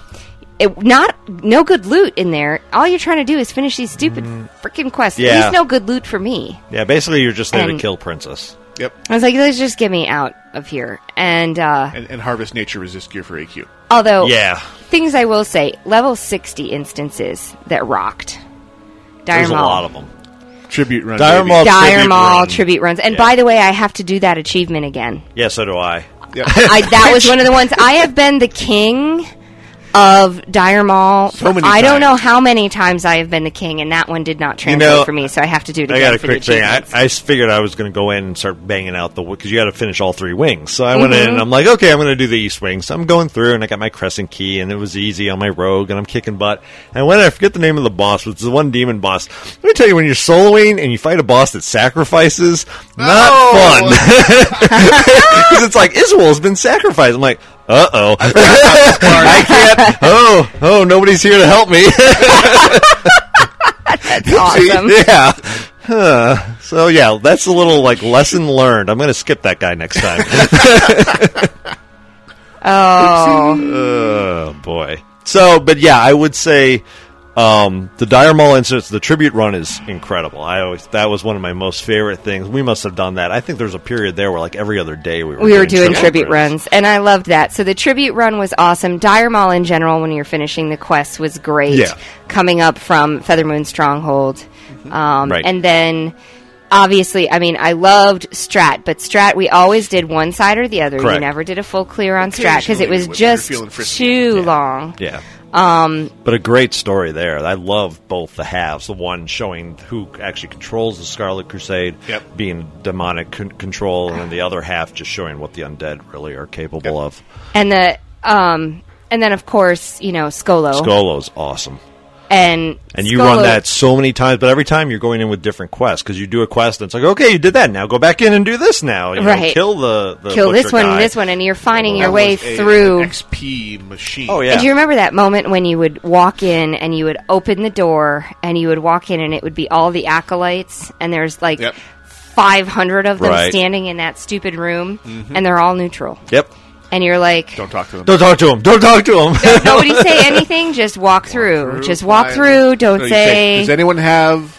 It not no good loot in there. All you're trying to do is finish these stupid frickin' quests. Mm. Yeah. At least no good loot for me. Yeah, basically, you're just there And- to kill Princess. Yep. I was like, let's just get me out of here. And uh, And, and harvest nature resist gear for AQ. Although, Yeah. things I will say, level sixty instances that rocked. Dire There's a Maul. lot of them. Tribute run. Dire baby. Maul Dire tribute Maul run. tribute runs. And by the way, I have to do that achievement again. Yeah, so do I. I, that was one of the ones. I have been the king of Dire Maul. So many I times. don't know how many times I have been the king, and that one did not translate know, for me, so I have to do it again. I got a for quick the thing. I, achievements. I s- figured I was going to go in and start banging out the because you got to finish all three wings. So I went Mhm. in and I'm like, okay, I'm going to do the east wing. So I'm going through and I got my crescent key and it was easy on my rogue and I'm kicking butt. And when I forget the name of the boss, which is the one demon boss. Let me tell you, when you're soloing and you fight a boss that sacrifices, not fun because it's like Israel's been sacrificed. I'm like, uh oh, I can't. Oh, oh, nobody's here to help me. That's awesome. Yeah. Huh. So yeah, that's a little like lesson learned. I'm going to skip that guy next time. Oh, oh boy. So, but yeah, I would say um, the Dire Maul incidents, the tribute run is incredible. I always that was one of my most favorite things. We must have done that. I think there was a period there where like every other day we were we were doing tribute runs, and I loved that. So the tribute run was awesome. Dire Maul in general, when you're finishing the quest, was great. Yeah. Coming up from Feathermoon Stronghold, um, Right. and then. Obviously, I mean, I loved Strat, but Strat, we always did one side or the other. You Correct. never did a full clear on Strat because Occasionally, it was when you're just feeling frisky. too long. Yeah. Um, But a great story there. I love both the halves. The one showing who actually controls the Scarlet Crusade, being demonic con- control, and then the other half just showing what the undead really are capable of. and the um, and then of course you know Scolo Skolo's awesome. and And you Skolo- run that so many times, but every time you're going in with different quests because you do a quest and it's like, okay, you did that. Now go back in and do this. Now you know, Right. kill the, the kill this uh, butcher one guy. and this one, and you're finding That your way was a- through. an XP machine. Oh, yeah. And do you remember that moment when you would walk in and you would open the door and you would walk in and it would be all the acolytes and there's like 500 of them Right. standing in that stupid room Mhm. and they're all neutral. Yep. And you're like, Don't talk to them. Don't talk to him. Don't talk to him. nobody say anything, just walk through. Just walk quietly. through, don't No, you say. Does anyone have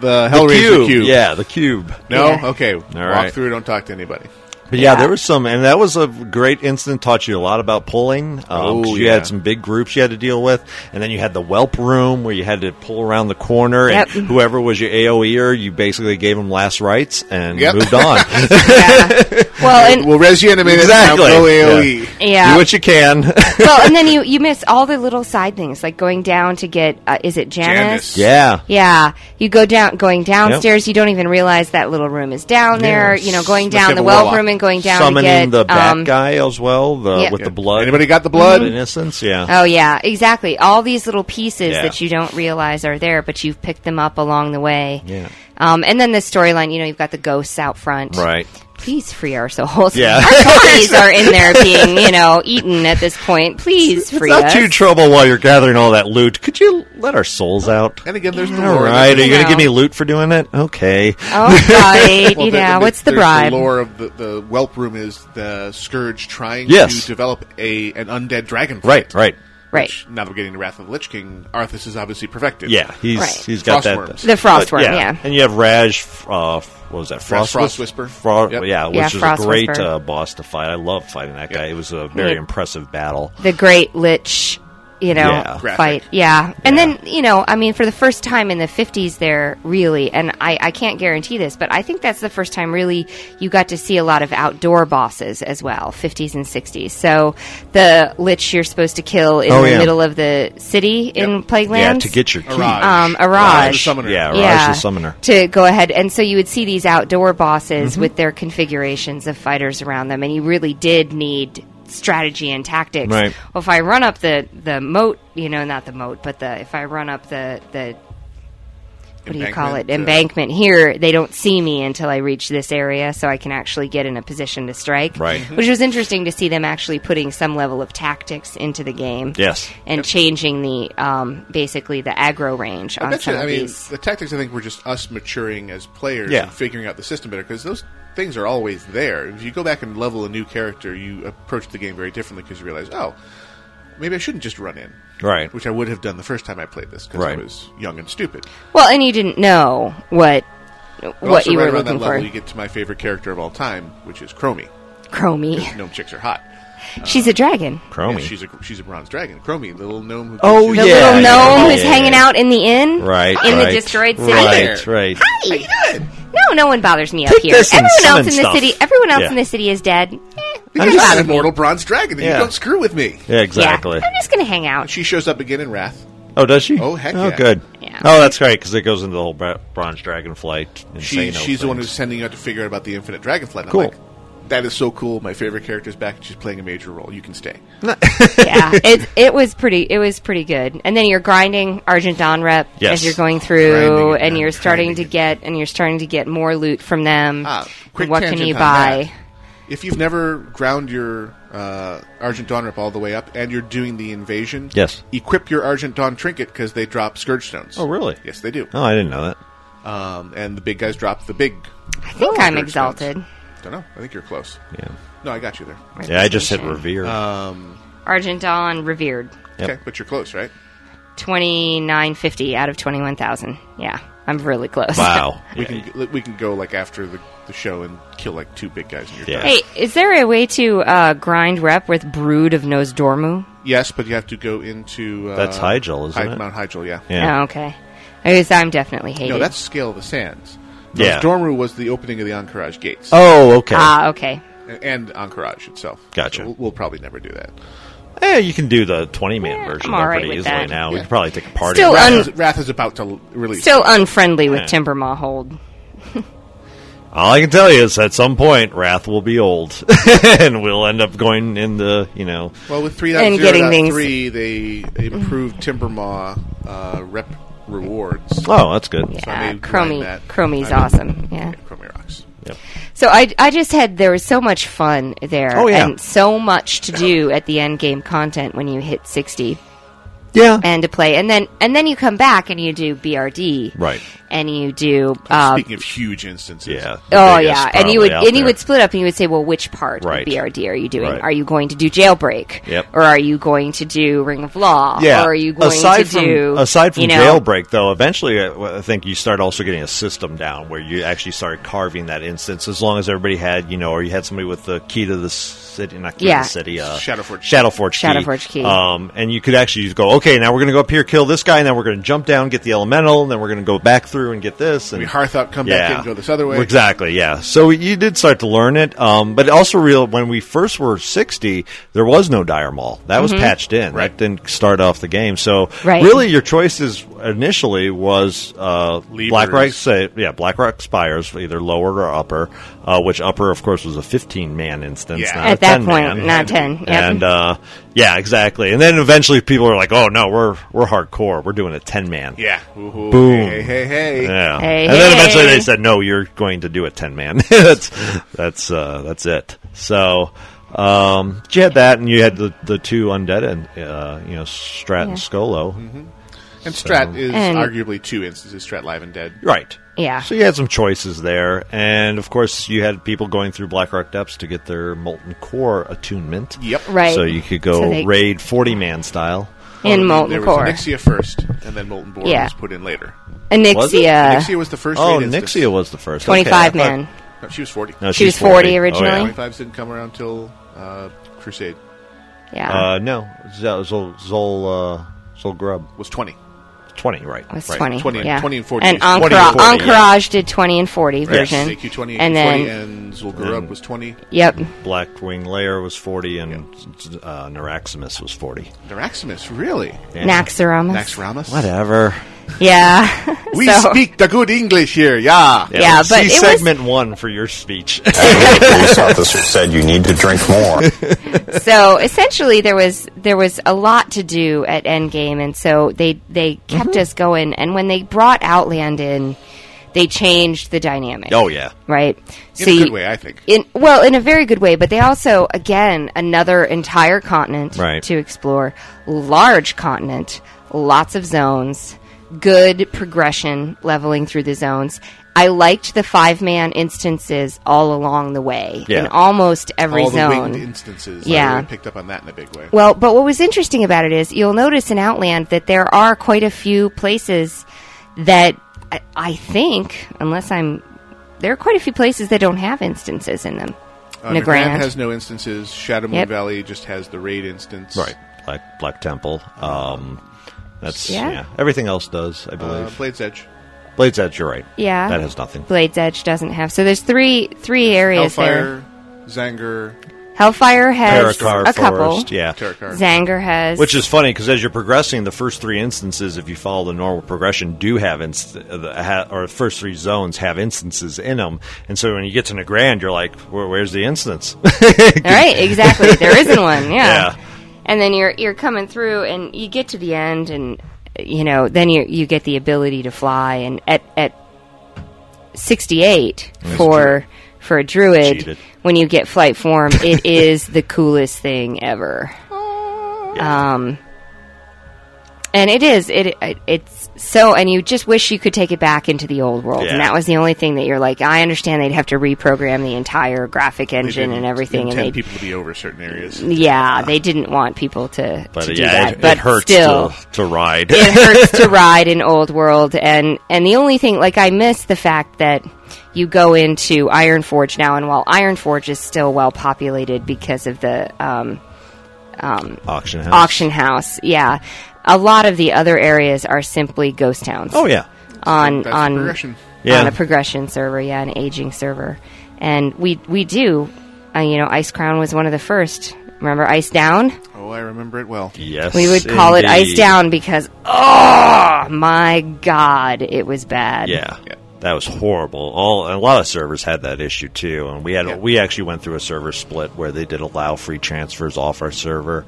the Hellraiser cube. cube. Yeah, the cube. No. Yeah. Okay. All Walk right. through. Don't talk to anybody. But yeah, there was some, and that was a great incident. Taught you a lot about pulling. Um, 'cause Oh, you yeah. had some big groups you had to deal with, and then you had the whelp room where you had to pull around the corner, Yep. and whoever was your AOEer, er, you basically gave them last rights and Yep. moved on. Well, and We'll res you in a minute. Now Exactly. go E. AOE. Yeah. Yeah. Do what you can. well, and then you, you miss all the little side things, like going down to get, uh, is it Janice? yeah. Yeah, you go down, going downstairs. You don't even realize that little room is down there. You know, going Must down have the a well warlock. room and going down Summoning to get the bat um, guy as well, the, Yeah. with the blood. Mm-hmm. Anybody got the blood? Mhm. Innocence, yeah. Oh yeah, exactly. All these little pieces Yeah. that you don't realize are there, but you've picked them up along the way. Yeah. Um, and then the storyline, you know, you've got the ghosts out front, Right. Please free our souls. Yeah. Our bodies are in there being, you know, eaten at this point. Please free Not us. too trouble while you're gathering all that loot. Could you let our souls out? And again, there's the All lore. right, are you You going to know. give me loot for doing it? Okay. Oh, sorry. Well, you the- know, the- what's the there's bribe? The lore of the, the whelp room is the scourge trying Yes. to develop a an undead dragon. Right, right. Right. Which, now that we're getting the Wrath of the Lich King, Arthas has obviously perfected. Yeah, he's Right. he's got Frostworm. that. The frostworm, But, yeah. And you have Raj, uh, what was that? Frost, Frost Whisper. Fro- Yep. Yeah, which Yeah, is Frost a great Whisper. uh, boss to fight. I love fighting that guy. It was a very Yeah. impressive battle. the great lich you know Yeah. Graphic. fight yeah and then you know i mean for the first time in the 50s there really and I, I can't guarantee this but i think that's the first time really you got to see a lot of outdoor bosses as well 50s and 60s so the lich you're supposed to kill in Oh, the yeah. middle of the city in plaguelands Yeah, to get your key. Araj. um a Araj the Raj. summoner. Yeah, Raj yeah, the summoner. Mm-hmm. to go ahead and so you would see these outdoor bosses with their configurations of fighters around them and you really did need strategy and tactics Right. well if i run up the the moat you know not the moat but the if i run up the the what do you call it Embankment, uh, embankment here they don't see me until i reach this area so i can actually get in a position to strike Mm-hmm. Right. which was interesting to see them actually putting some level of tactics into the game Yes. and changing the um, basically the aggro range I on bet you, some I of mean, these the tactics I think were just us maturing as players Yeah. and figuring out the system better because those things are always there. If you go back and level a new character, you approach the game very differently because you realize, oh, maybe I shouldn't just run in, Right. which I would have done the first time I played this because Right. I was young and stupid. Well, and you didn't know what But what also you right were around looking that level, for. you get to my favorite character of all time, which is Chromie. Chromie. Gnome chicks are hot. She's a dragon. Chromie. Yeah, she's a she's a bronze dragon. Chromie, the little gnome. Who Oh, The Yeah, little yeah, gnome yeah, who's yeah, hanging yeah. out in the inn. Right. In right. the destroyed city. Right, right. Hey. No, no one bothers me up Take here. this and Everyone else in summon the stuff. city everyone else Yeah. in the city is dead. Eh, I'm just an immortal bronze dragon. and Yeah. You don't screw with me. Yeah, exactly. Yeah. I'm just gonna hang out. She shows up again in Wrath. Oh, does she? Oh, heck Oh, yeah. good. Yeah. Oh, that's right, because it goes into the whole bra- Bronze Dragonflight. She, insane she's old the one things. who's sending you out to figure out about the infinite dragonflight. And Cool. I'm like, that is so cool. My favorite character's back. and She's playing a major role. You can stay. yeah, it it was pretty it was pretty good. And then you're grinding Argent Dawn rep Yes. as you're going Grinding through, it and down, you're starting grinding to it. get and you're starting to get more loot from them. Ah, quick what can tangent you on buy? that. If you've never ground your uh, Argent Dawn Rip all the way up and you're doing the invasion, Yes. equip your Argent Dawn trinket because they drop Scourge Stones. Oh, really? Yes, they do. Oh, I didn't know that. Um, and the big guys drop the big. I think I'm exalted. Don't know. I think you're close. Yeah. No, I got you there. Yeah, I just hit Reputation. Revere. Uh, Argent Dawn revered. Yep. Okay, but you're close, right? Twenty nine fifty out of twenty one thousand. Yeah. I'm really close. wow. We can we can go like after the, the show and kill like two big guys in your Yeah. yeah. Hey, is there a way to uh, grind rep with Brood of Nosdormu? Yes, but you have to go into uh, That's Hyjal, isn't Hy- it? Mount Hyjal, yeah. Yeah. Oh, okay. I guess I'm definitely hated. No, that's Scale of the Sands. Yeah. Stormru was the opening of the Ankaraj gates Oh, okay. ah, okay. and Ankaraj itself. Gotcha. So we'll, we'll probably never do that. Eh, you can do the 20 man version I'm all though, right pretty with easily that. now. We Yeah. could probably take a party. Still- uh, Wrath, un- is, Wrath is about to l- release. Still unfriendly with Yeah. Timber Mahold. All I can tell you is at some point, Wrath will be old. and we'll end up going in the, you know. well, with And getting things- 3.0.3, they improved Timbermaw uh, rep rewards. So Oh, that's good. I Yeah, may grind Chromie- that. Chromie's I may- Ah, awesome, yeah. Chromie rocks. Yep. So I, I just had there was so much fun there, Oh, yeah. and so much to do at the end game content when you hit sixty Yeah. and to play, and then and then you come back and you do BRD, Right. And you do uh, Speaking of huge instances. Yeah. Oh Biggest yeah, and probably you would out and you there. would split up and you would say, well, which part Right. of BRD are you doing? Right. Are you going to do Jailbreak? Yep. Or are you going to do Ring of Law? Yeah. Or are you going aside to from, do aside from you know, jailbreak though? Eventually, uh, I I think you start also getting a system down where you actually start carving that instance. As long as everybody had, you know, or you had somebody with the key to the city, not key Yeah. to the city, uh, Shadowforge. Shadowforge, key. Shadowforge key. Um, and you could actually just go, okay, now we're going to go up here, kill this guy, and then we're going to jump down, get the elemental, and then we're going to go back through and get this. And We hearth up, come back in, go this other way. Exactly, yeah. So you did start to learn it, um, but also real when we first were sixty, there was no dire mall. That was patched in. Right. That didn't start off the game. So Mm-hmm. Right. really, your choices initially was uh, Levers. Black Rock, say, yeah, Black Rock Spires, either lower or upper. Uh, which upper, of course, was a fifteen man instance. Yeah. not At a that 10 point, man. not 10, yep. And uh, Yeah, exactly. And then eventually people are like, "Oh no, we're we're hardcore. We're doing a ten man." Yeah. Ooh, Boom. Hey, hey, hey. Yeah. Hey, and then hey. eventually they said, "No, you're going to do a ten man." that's that's uh, that's it. So um, you had that, and you had the, the two undead, and uh, you know Strat Yeah. and Scolo. Mm-hmm. And Strat is And- arguably two instances Strat Live and Dead. Right. Yeah. So you had some choices there, and of course you had people going through Black Rock Depths to get their Molten Core attunement. Yep. Right. So you could go So they- raid forty man style. In Molten there Core. uh, was uh, Nixia first, and then Molten Boar Yeah. was put in later. Anixia. Was it? Nixia was the first. Oh, raid instance. Nixia was the first. 25 Okay, I thought- man. No, she was forty. No, She she's was 40 40. originally. Oh, yeah. Twenty fives didn't come around till uh, Crusade. Yeah. Uh, no, Zol Zol Zol, uh, Zol Grub was twenty. Twenty, right? It was right. 20. yeah. and 20 and 40. And 20 and Ankara, 40, yeah. Ankaraj did 20 and 40 version. Yes, AQ twenty and, and then 40, and Zul'Gurub was twenty. Yep. Blackwing Lair was forty, and uh, Naraximus was forty. Naraximus, really? Yeah. Naxxramas. Naxxramas? Whatever. Yeah. We so, speak the good English here, yeah. Yeah, Yeah, but see it was- segment one for your speech. police officer said you need to drink more. so essentially there was there was a lot to do at Endgame and so they they kept Mm-hmm. us going and when they brought Outland in they changed the dynamic. Oh, yeah. Right. In So a you- good way, I think. In well, in a very good way, but they also again another entire continent Right. to explore, large continent, lots of zones, good progression leveling through the zones. I liked the five man instances all along the way Yeah. in almost every All the zone. winged instances. I yeah. really picked up on that in a big way. Well, but what was interesting about it is you'll notice in Outland that there are quite a few places that I, I think, unless I'm, there are quite a few places that don't have instances in them. Uh, Nagrand. Nagrand has no instances. Shadow Moon Yep. Valley just has the raid instance. right, Black Black Temple. Um, that's Yeah. yeah. Everything else does, I Uh, believe. Blade's Edge. Blades Edge, you're right. yeah, that has nothing. Blade's Edge doesn't have. So there's three three areas Hellfire, Zanger. there. Hellfire has Terrakar a couple. Forest, yeah. Zanger has. Which is funny because as you're progressing, the first three instances, if you follow the normal progression, do have inst- uh, the, ha- or the first three zones have instances in them. And so when you get to Nagrand, you're like, Where, "Where's the instance?" All right, exactly. There isn't one. Yeah. Yeah. And then you're you're coming through, and you get to the end, and you know, then you you get the ability to fly, and at at sixty eight That's for for a druid, Cheated. when you get flight form, it is the coolest thing ever. Um. And it is it it- it's so, and you just wish you could take it back into the old world, Yeah. and that was the only thing that you're like. I understand they'd have to reprogram the entire graphic They engine didn't Mm, and everything, and intend they people to be over certain areas. yeah, they didn't want people to, But to do yeah, that. it, but it hurts still, to, to ride. it hurts to ride in old world, and and the only thing like I miss the fact that you go into Iron Forge now, and while Iron Forge is still well populated because of the um, um, Auction house. auction house, yeah, a lot of the other areas are simply ghost towns. Oh, yeah. on That's on progression. on Yeah. a progression server, yeah, an aging server, and we we do, uh, you know, Ice Crown was one of the first. Remember Ice Down? Oh, I remember it well. Yes. We would call it ice down because oh my god, it was bad. Yeah. That was horrible. All a lot of servers had that issue too, and we had we actually went through a server split where they did allow free transfers off our server.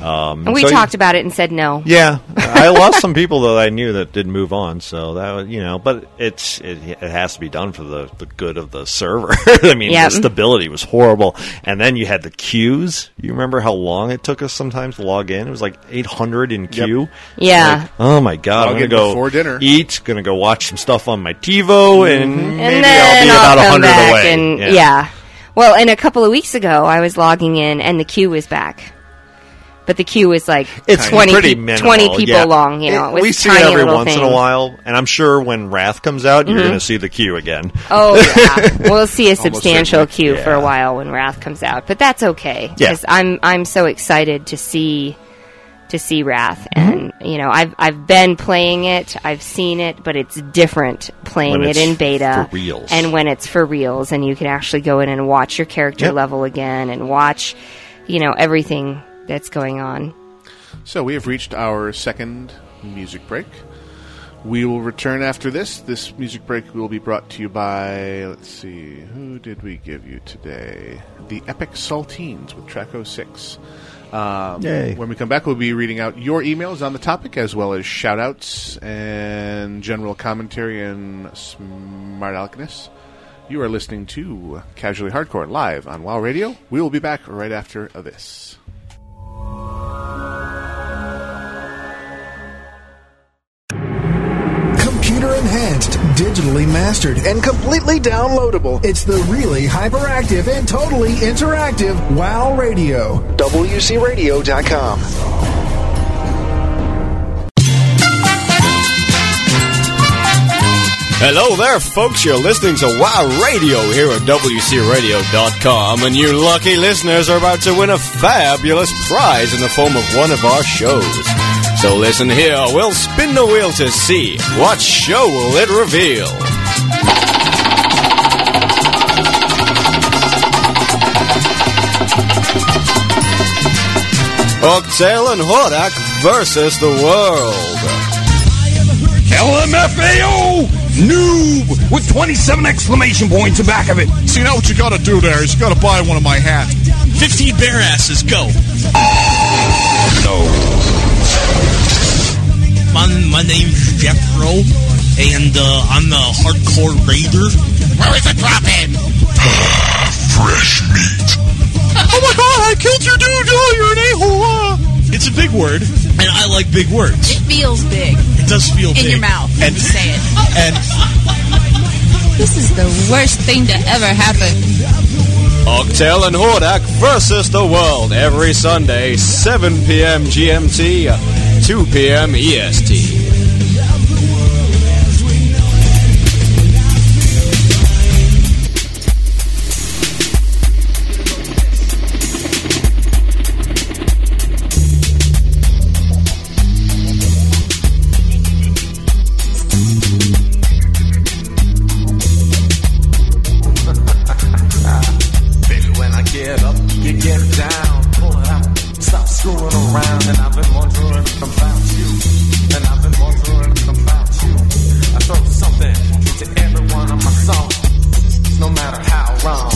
Um, And we so you- talked about it and said no. Yeah, I lost some people that I knew that did move on. So that was, you know, but it's it, it has to be done for the, the good of the server. I mean, Yep. the stability was horrible, and then you had the queues. You remember how long it took us sometimes to log in? It was like eight hundred in queue. Yeah. Like, oh my god! Log I'm gonna in go before dinner. eat. Gonna go watch some stuff on my TiVo, and maybe I'll Mm-hmm. then be I'll about come hundred back away. And, yeah. Well, and a couple of weeks ago I was logging in and the queue was back. But the queue was like It's 20, pretty pe- minimal, 20 people yeah. long, you know. It, was we see it tiny every little once in a things. while, and I'm sure when Wrath comes out, you're Mhm. going to see the queue again. Oh yeah, we'll see a Almost substantial queue certainly. for a Yeah. while when Wrath comes out, but that's okay Yeah. because I'm I'm so excited to see to see Wrath, and you know I've I've been playing it, I've seen it, but it's different playing When it it's in beta for reals. and when it's for reals, and you can actually go in and watch your character Yep. level again and watch you know everything that's going on. So we have reached our second music break. We will return after this. This music break will be brought to you by, let's see, who did we give you today? The Epic Saltines with Track 06. Um, Yay. When we come back, we'll be reading out your emails on the topic, as well as shout outs and general commentary and smart aleckness. You are listening to Casually Hardcore live on WoW Radio. We will be back right after this. Computer enhanced, digitally mastered, and completely downloadable. It's the really hyperactive and totally interactive WoW Radio. WCRadio.com. Hello there, folks. You're listening to WoW Radio here at WCRadio.com, and you lucky listeners are about to win a fabulous prize in the form of one of our shows. So listen here. We'll spin the wheel to see what show will it reveal. Octale and Hordak versus the world. LMFAO noob with 27 exclamation points in back of it. See, now what you gotta do there is you gotta buy one of my hats. 15 bear asses, go. My, my name's Jeffro, and uh, I'm the hardcore raider. Where is the drop in? Fresh Oh my god, I killed your dude! Oh, you're an a-hole! It's a big word, and I like big words. It feels big It does feel in big. your mouth. And, Just say it. and This is the worst thing to ever happen. Octel and Hordak versus the world every Sunday, 7 p.m. GMT, 2 p.m. E EST. Baby, when I get up, you get down. Pull it out, stop screwing around. And I've been wondering about you. And I've been wondering about you. I throw something into every one of my songs. No matter how wrong.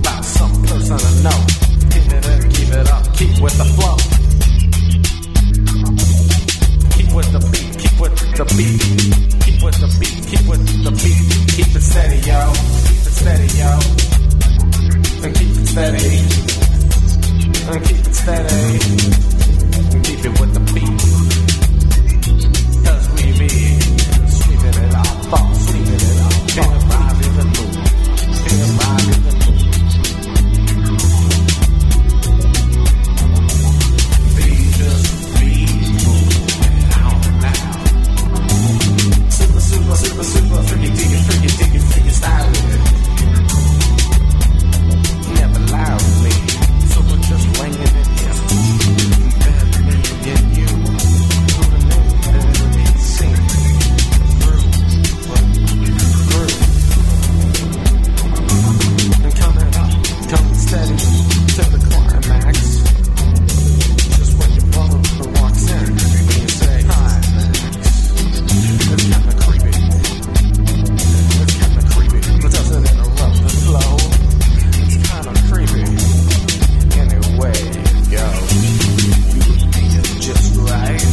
About some person I know. Keep it up, keep it up, keep with the flow. Keep with the beat, keep with the beat. Keep with the beat, keep with the beat. Keep it steady, yo. Keep it steady, yo. And keep it steady. And keep it steady. And keep it with the beat. Cause we be sweeping it all, fall, sweeping it all, fall. Feel it rise in the mood. Feel it rise in the mood. They just be moving out now. Super, super, super, super, freaky, diggy, freaky, diggy, freaky style with it never lied to me. So we're just laying it down. Better me than you. And coming up, coming steady to the climax. Just when your brother walks in, and you say, Hi, Max. It's kinda creepy. It's kinda creepy. But doesn't interrupt the flow. It's kinda creepy. Anyway, yo, you think it's just right.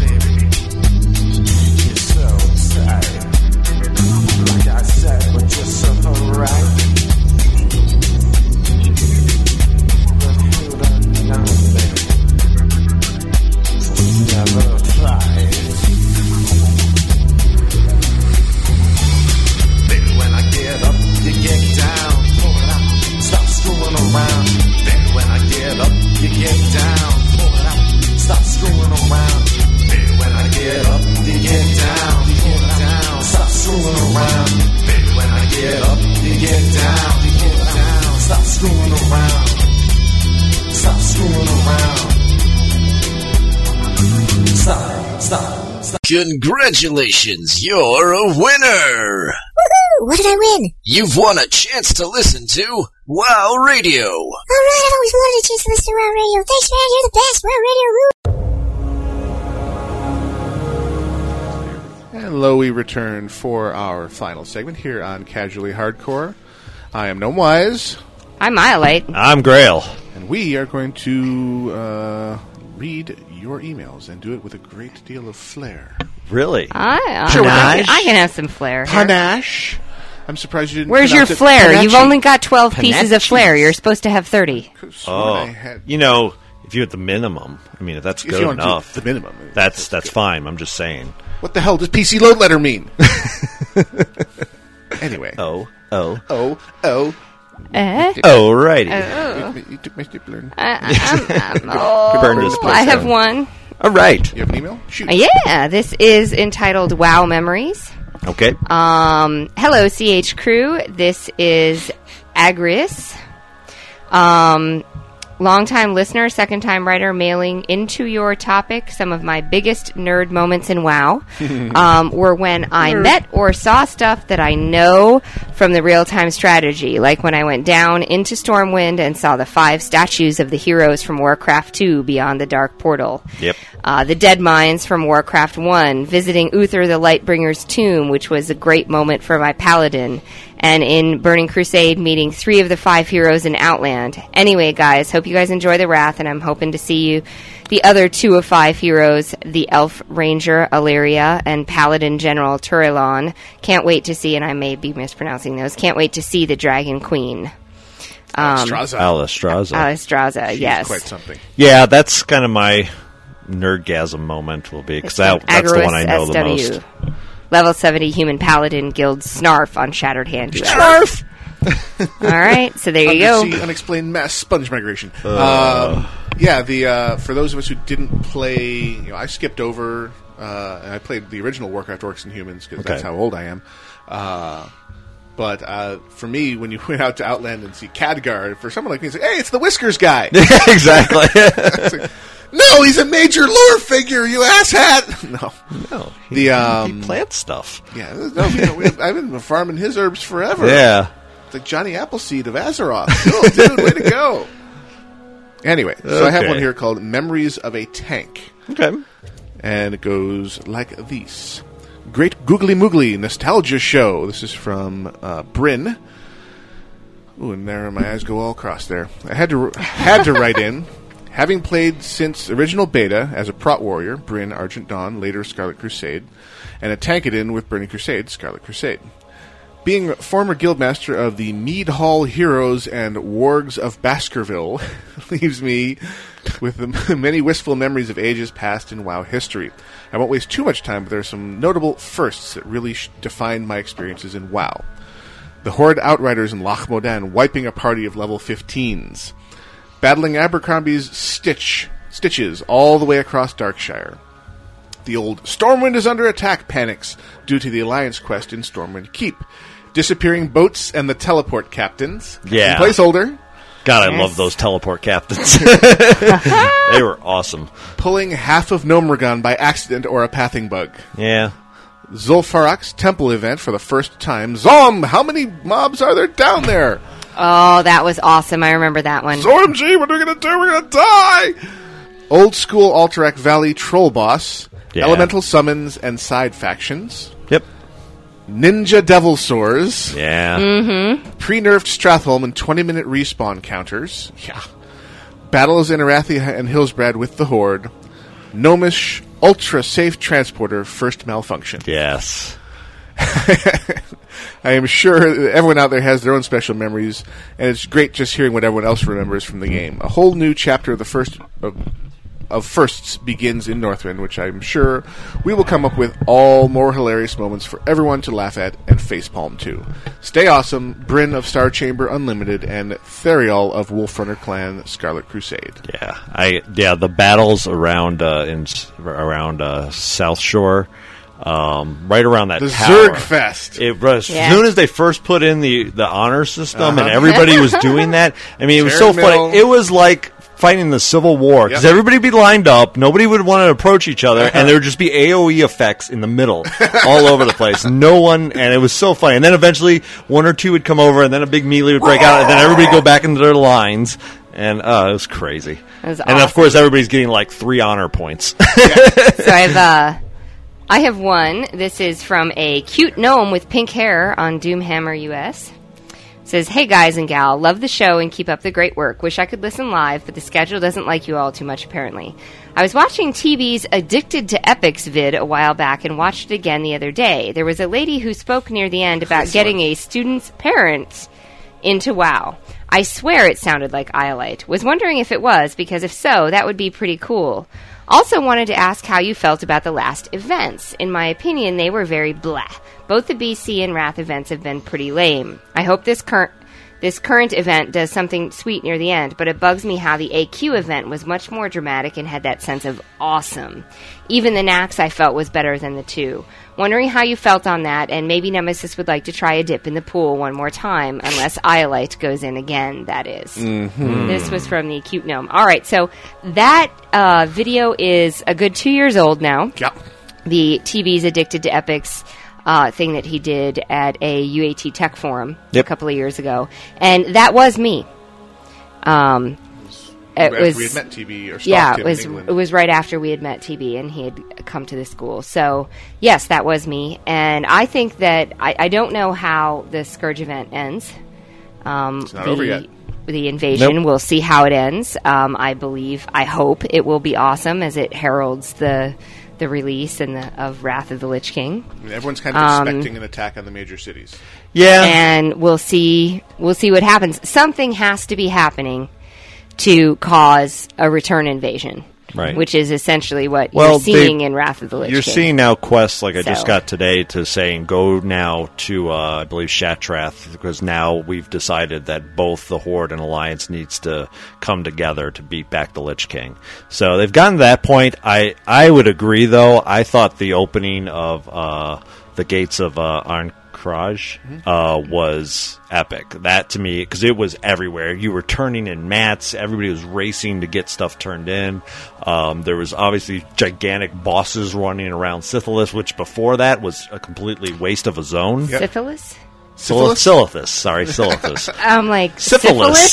Baby, you're so sorry. Like I said, but you're so right. But who don't know, baby? Never tried. Baby, when I get up, you get down. Pull it out, stop screwing around. Baby, when I get up, you get down. Pull it out, stop screwing around. Baby, when I get up, you get down. Pull it out, stop screwing around. Baby, when I get up, you get down. Pull it out, stop screwing around. Stop screwing around. Stop, stop, stop. Congratulations, you're a winner! What did I win? You've won a chance to listen to WoW Radio! Alright, I've always wanted a chance to listen to Wow Radio. Thanks, man. You're the best. Wow Radio rules. And lo, we return for our final segment here on Casually Hardcore. I am Gnome Wise. I'm Iolite. I'm Grail. And we are going to uh, read your emails and do it with a great deal of flair. Really? I, I, Sure, I, panache. can, I can have some flair. here. Panache. I'm surprised you didn't. Where's your pronounce it flair? You've panache. only got 12 pieces of flair. You're supposed to have 30. Oh, you know, if you at the minimum, I mean, if that's If good you want to do enough, the minimum, that's that's fine. I'm just saying. What the hell does PC load letter mean? anyway. Oh, oh, oh, oh. Eh? Alrighty. Oh. You took my stapler. I, I'm, I'm, You oh, burned this place I have down. one. All right. You have an email? Uh, Shoot. Yeah, this is entitled Wow Memories. Okay. Um, hello, CH crew. This is Agris. Um, longtime listener, second time writer, mailing into your topic some of my biggest nerd moments in WoW um, were when I Nerd. met or saw stuff that I know from the real time strategy, like when I went down into Stormwind and saw the five statues of the heroes from Warcraft 2 beyond the Dark Portal. Yep. Uh, the Dead Mines from Warcraft 1, visiting Uther the Lightbringer's tomb, which was a great moment for my paladin, and in Burning Crusade, meeting three of the five heroes in Outland. Anyway, guys, hope you guys enjoy The Wrath, and I'm hoping to see you. The other two of five heroes, the Elf Ranger Illyria and Paladin General Turelon. Can't wait to see, and I may be mispronouncing those, can't wait to see the Dragon Queen. Um, Alistraza. Alistraza, yes. quite something. yeah, that's kind of my nerdgasm moment will be because that, that's the one I know the Agorus most. SW. Level 70 Human Paladin Guild Snarf on Shattered Hand. Snarf! All right, so there you go. Undersea unexplained mass sponge migration. Uh. Um, yeah, the uh, for those of us who didn't play, you know, I skipped over uh, and I played the original Warcraft Orcs and Humans because that's Okay. how old I am. Uh, but uh, for me, when you went out to Outland and see Khadgar, for someone like me, it's like, hey, it's the Whiskers guy. exactly. no, he's a major lore figure. You asshat. no, no, the um, plant stuff. Yeah, no, you know, we- I've been farming his herbs forever. Yeah. It's like Johnny Appleseed of Azeroth. Oh, dude, way to go. Anyway, so I have Okay. one here called Memories of a Tank. Okay. And it goes like these Great Googly Moogly Nostalgia Show. This is from uh, Bryn. Ooh, and there my eyes go all crossed there. I had to had to write in. Having played since original beta as a prot warrior, Bryn, Argent Dawn, later Scarlet Crusade, and a tankadin with Burning Crusade, Scarlet Crusade. Being former guildmaster of the Mead Hall Heroes and Wargs of Baskerville leaves me with the many wistful memories of ages past in WoW history. I won't waste too much time, but there are some notable firsts that really sh- define my experiences in WoW the Horde Outriders in Lochmodan wiping a party of level 15s, battling Abercrombie's Stitch Stitches all the way across Darkshire. The old Stormwind is under attack panics due to the Alliance quest in Stormwind Keep, disappearing boats and the teleport captains. Yeah. And placeholder. God, I Yes. love those teleport captains. they were awesome. Pulling half of Nomragon by accident or a pathing bug. Yeah. Zulfarak's temple event for the first time. Zom, how many mobs are there down there? Oh, that was awesome. I remember that one. OMG, what are we gonna do? We're gonna die! Old school Alterac Valley troll boss, Yeah. elemental summons and side factions. Yep. Ninja Devil Sores. Yeah. Mm-hmm. Pre-nerfed Stratholme and 20-minute respawn counters. Yeah. Battles in Arathia and Hillsbrad with the Horde. Gnomish ultra safe transporter first malfunction. Yes. I am sure that everyone out there has their own special memories, and it's great just hearing what everyone else remembers from the game. A whole new chapter of the first of, of firsts begins in Northrend, which I'm sure we will come up with all more hilarious moments for everyone to laugh at and facepalm to. Stay awesome, Bryn of Star Chamber Unlimited, and Theriol of Wolf Runner Clan Scarlet Crusade. Yeah, I yeah the battles around uh, in s- around uh, South Shore, um, right around that The tower. Zerg Fest. It was Yeah. as soon as they first put in the the honor system and Uh-huh. everybody was doing that. I mean, it was so Chair mill. funny. It was like fighting the Civil War because Yep. everybody would be lined up, nobody would want to approach each other, and there would just be AOE effects in the middle, all over the place. No one, and it was so funny. And then eventually, one or two would come over, and then a big melee would break out, and then everybody go back into their lines. And uh, it was crazy. That was and of course, everybody's getting like three honor points. so I've uh, I have one. This is from a cute gnome with pink hair on Doomhammer US. Says, hey guys and gal, love the show and keep up the great work. Wish I could listen live, but the schedule doesn't like you all too much apparently. I was watching TV's Addicted to Epics vid a while back and watched it again the other day. There was a lady who spoke near the end about getting a student's parents into WoW. I swear it sounded like Iolite. Was wondering if it was, because if so, that would be pretty cool. Also wanted to ask how you felt about the last events. In my opinion, they were very blah. Both the BC and Wrath events have been pretty lame. I hope this current this current event does something sweet near the end, but it bugs me how the AQ event was much more dramatic and had that sense of awesome. Even the Nax I felt was better than the two. Wondering how you felt on that, and maybe Nemesis would like to try a dip in the pool one more time, unless Iolite goes in again, that is. Mhm. This was from the Acute Gnome. All right, so that uh, video is a good two years old now. Yep. The TV's Addicted to Epics uh, thing that he did at a UAT Tech Forum Yep. a couple of years ago. And that was me. Um, it After was we had met TB or stalked yeah, it him in was England. it was right after we had met TB and he had come to the school. So yes, that was me, and I think that I, I don't know how the scourge event ends. Um, It's not the, over yet. The invasion. Nope. We'll see how it ends. Um, I believe. I hope it will be awesome as it heralds the the release and the of Wrath of the Lich King. I mean, everyone's kind of Um, expecting an attack on the major cities. Yeah. And we'll see we'll see what happens. Something has to be happening to cause a return invasion. Right. Which is essentially what Well, you're they- seeing in Wrath of the Lich You're King. seeing now quests like I just So- got today to saying go now to uh, I believe Shatrath because now we've decided that both the Horde and Alliance needs to come together to beat back the Lich King. So they've gotten to that point. I I would agree though. I thought the opening of uh, the gates of uh, Ankraj uh, was epic. That to me, because it was everywhere. You were turning in mats. Everybody was racing to get stuff turned in. Um, there was obviously gigantic bosses running around Syphilis, which before that was a completely waste of a zone. Syphilis? Syl- Syphilis, Syphilis? sorry, Syphilis. I'm like Syphilis.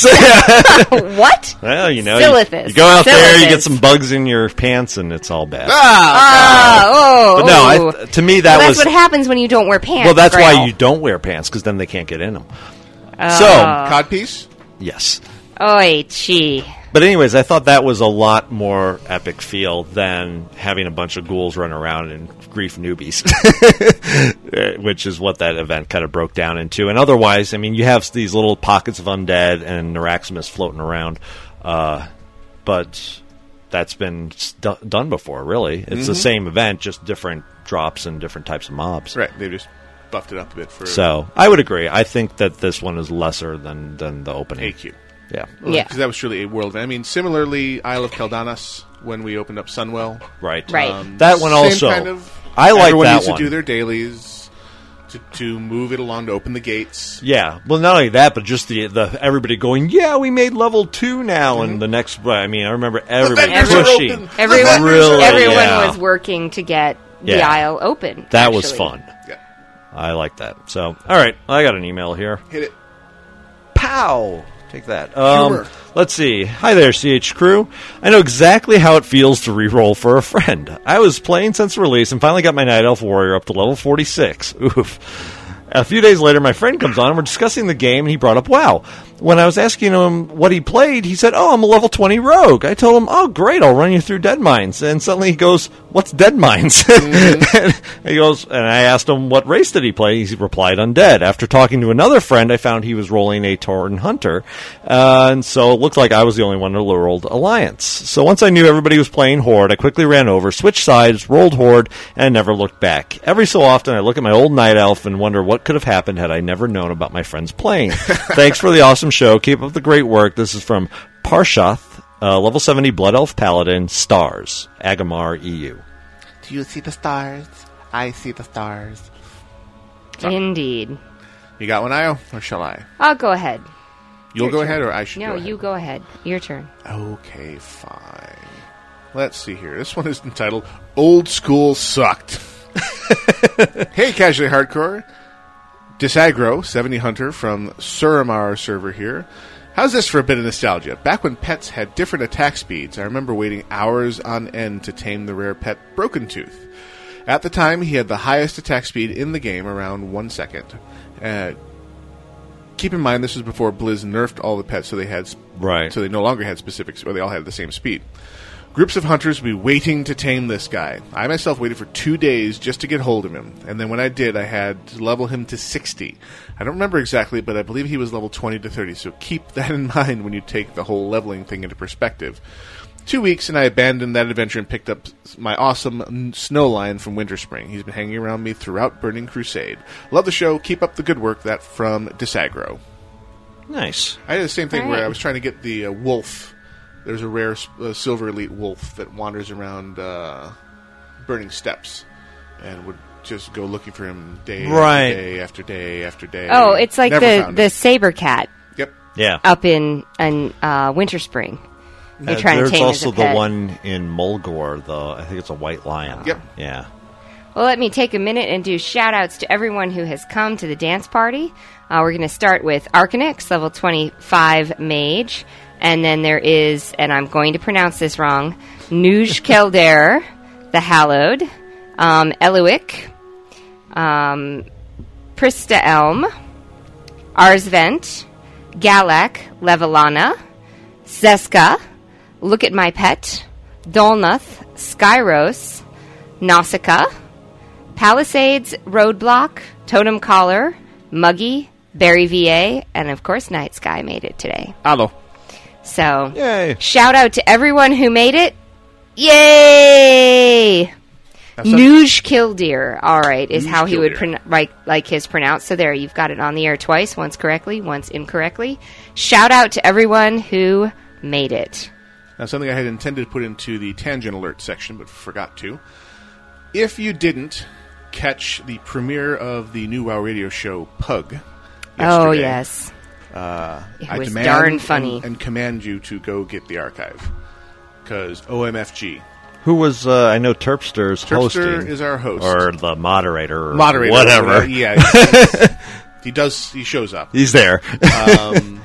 syphilis. what? Well, you know, you, Syphilis. you go out there, you Syphilis. get some bugs in your pants, and it's all bad. Ah, oh, But no, oh. I, to me Well, that that's was what happens when you don't wear pants. well, that's Grail. why you don't wear pants because then they can't get in them. Oh. so codpiece, yes. Oi, chi. But anyways, I thought that was a lot more epic feel than having a bunch of ghouls run around and grief newbies, Uh, which is what that event kind of broke down into. And otherwise, I mean, you have these little pockets of undead and Naraximus floating around, uh, but that's been s- do- done before. Really, it's the Mhm. same event, just different drops and different types of mobs. Right. They've just buffed it up a bit for So I would agree. I think that this one is lesser than than the opening. AQ. Yeah. Because that was truly a world. I mean, similarly, Isle of Keldanas when we opened up Sunwell. Right. Right. That one also. Um, Kind of, I like everyone that needs one. to do their dailies to, to move it along to open the gates. Yeah. Well, not only that, but just the the everybody going, yeah, we made level two now, and the next. I mean, I remember everybody vendors are pushing. open. Everyone, Really, everyone yeah. was working to get the Yeah. aisle open. That was actually. fun. Yeah. I like that. So, all right, I got an email here. Hit it. Pow! Take that. Um, Humor. let's see. Hi there, CH crew. I know exactly how it feels to reroll for a friend. I was playing since release and finally got my Night Elf Warrior up to level 46. Oof. A few days later, my friend comes on and we're discussing the game, and he brought up WoW. When I was asking him what he played, he said, Oh, I'm a level 20 rogue. I told him, Oh, great, I'll run you through Dead Mines. And suddenly he goes, What's Dead Mines? And he goes, and I asked him what race did he play. He replied, undead. After talking to another friend, I found he was rolling a Torn Hunter, uh, and so it looked like I was the only one in the world alliance. So once I knew everybody was playing Horde, I quickly ran over, switched sides, rolled Horde, and never looked back. Every so often, I look at my old Night Elf and wonder what could have happened had I never known about my friends playing. Thanks for the awesome show. Keep up the great work. This is from Parshath, uh, level seventy Blood Elf Paladin, Stars, Agamar E EU. Do you see the stars? I see the stars. Indeed. You got one, Io, or shall I? I'll go ahead. You'll Your go turn. ahead, or I should No, go ahead? you go ahead. Your turn. Okay, fine. Let's see here. This one is entitled Old School Sucked. hey, Casually Hardcore. Disagro, 70 Hunter from Suramar server here. How's this for a bit of nostalgia? Back when pets had different attack speeds, I remember waiting hours on end to tame the rare pet Broken Tooth. At the time, he had the highest attack speed in the game, around one second. Uh, keep in mind this was before Blizz nerfed all the pets, so they had sp- Right. so they no longer had specifics, or they all had the same speed. Groups of hunters would be waiting to tame this guy. I myself waited for two days just to get hold of him, and then when I did, I had to level him to sixty. I don't remember exactly, but I believe he was level twenty to thirty. So keep that in mind when you take the whole leveling thing into perspective. Two weeks, and I abandoned that adventure and picked up s- my awesome n- snow lion from Winter Spring. He's been hanging around me throughout Burning Crusade. Love the show. Keep up the good work. That from Disagro. Nice. I did the same thing All where right. I was trying to get the uh, wolf. There's a rare s- uh, silver elite wolf that wanders around uh, burning steps and would just go looking for him day, Right. after day after day after day. Oh, it's like Never the found the him. saber cat. Yep. Yeah. Up in in uh, Winter Spring. They Uh, try and there's tame also as a pet. the one in Mulgore, though. I think it's a white lion. Yep. Yeah. Well, let me take a minute and do shout outs to everyone who has come to the dance party. Uh, we're going to start with Arcanix, level 25 mage. And then there is, and I'm going to pronounce this wrong, Nuj Kelder, the Hallowed, um, Eloic, um, Prista Elm, Arzvent, Galak, Levelana, Zeska, Look at My Pet, Dolnath, Skyros, Nausicaa, Palisades, Roadblock, Totem Collar, Muggy, Barry VA, and of course Night Sky made it today. Hello. So, Yay. shout out to everyone who made it. Yay! That's a- Nuj Killdeer, all right, is Nuj how he would Killdeer. pron- like like his pronounced. So there, you've got it on the air twice, once correctly, once incorrectly. Shout out to everyone who made it. Now, something I had intended to put into the tangent alert section, but forgot to. If you didn't catch the premiere of the new WoW radio show, Pug, Oh, yesterday, yes. uh, It I was demand darn and- funny. And, command you to go get the archive. Because OMFG. Who was, uh, I know Terpster's Terpster hosting. is our host. Or the moderator. Or Moderator. Whatever. Yeah. it's- it's- he does, he shows up. He's there. um,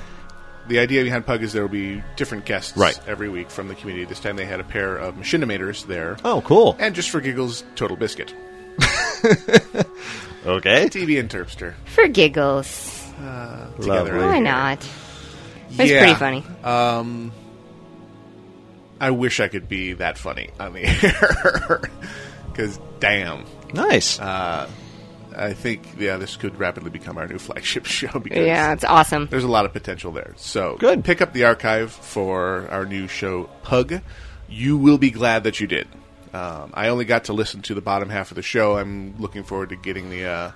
the idea behind Pug is there will be different guests Right. every week from the community. This time they had a pair of machinimators there. Oh, cool. And just for giggles, Total Biscuit. okay. TV and Terpster. For giggles. together Why on not? It was pretty funny. Um, I wish I could be that funny on the air. Because, damn. Nice. Uh, I think, yeah, this could rapidly become our new flagship show. Because Yeah, it's awesome. There's a lot of potential there. So, good. Pick up the archive for our new show, Pug. You will be glad that you did. Um, I only got to listen to the bottom half of the show. I'm looking forward to getting the. Uh,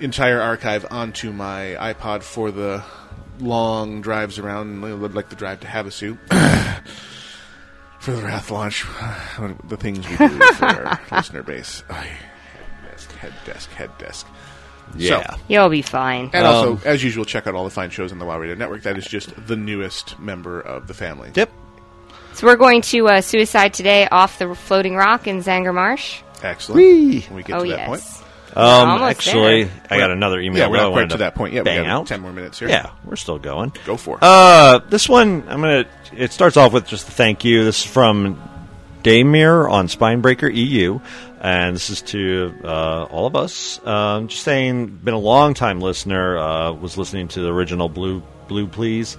entire archive onto my iPod for the long drives around, like the drive to Havasu. for the Wrath launch, the things we do for our listener base. Ay, head desk, head desk, head desk. Yeah. So- You'll be fine. And Um, also, as usual, check out all the fine shows on the WoW Radio Network. That is just the newest member of the family. Yep. So we're going to uh, suicide today off the floating rock in Zanger Marsh. Excellent. When we get Oh, to yes. that point. Um, Almost actually, there. I got another email. Yeah, we're that I not quite wanted to that point yet. We Bang got out. 10 more minutes here. Yeah, we're still going. Go for it. Uh, this one, I'm gonna. It starts off with just a thank you. This is from Daymir on Spinebreaker EU, and this is to uh, all of us. Um, just saying, been a long time listener. Uh, was listening to the original Blue Blue Please.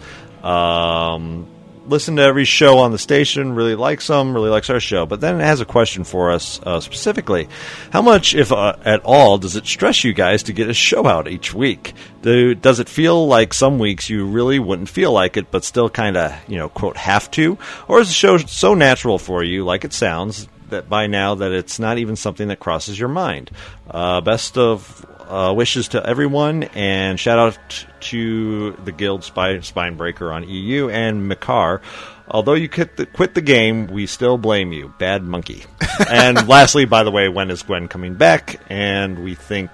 Um, listen to every show on the station. Really likes them. Really likes our show. But then it has a question for us uh, specifically: How much, if uh, at all, does it stress you guys to get a show out each week? Do, does it feel like some weeks you really wouldn't feel like it, but still kind of you know quote have to? Or is the show so natural for you, like it sounds? That by now that it's not even something that crosses your mind. Uh, best of uh, wishes to everyone, and shout out to the Guild Spy, Spinebreaker on EU and Makar. Although you quit the, quit the game, we still blame you. Bad monkey. and lastly, by the way, when is Gwen coming back? And we think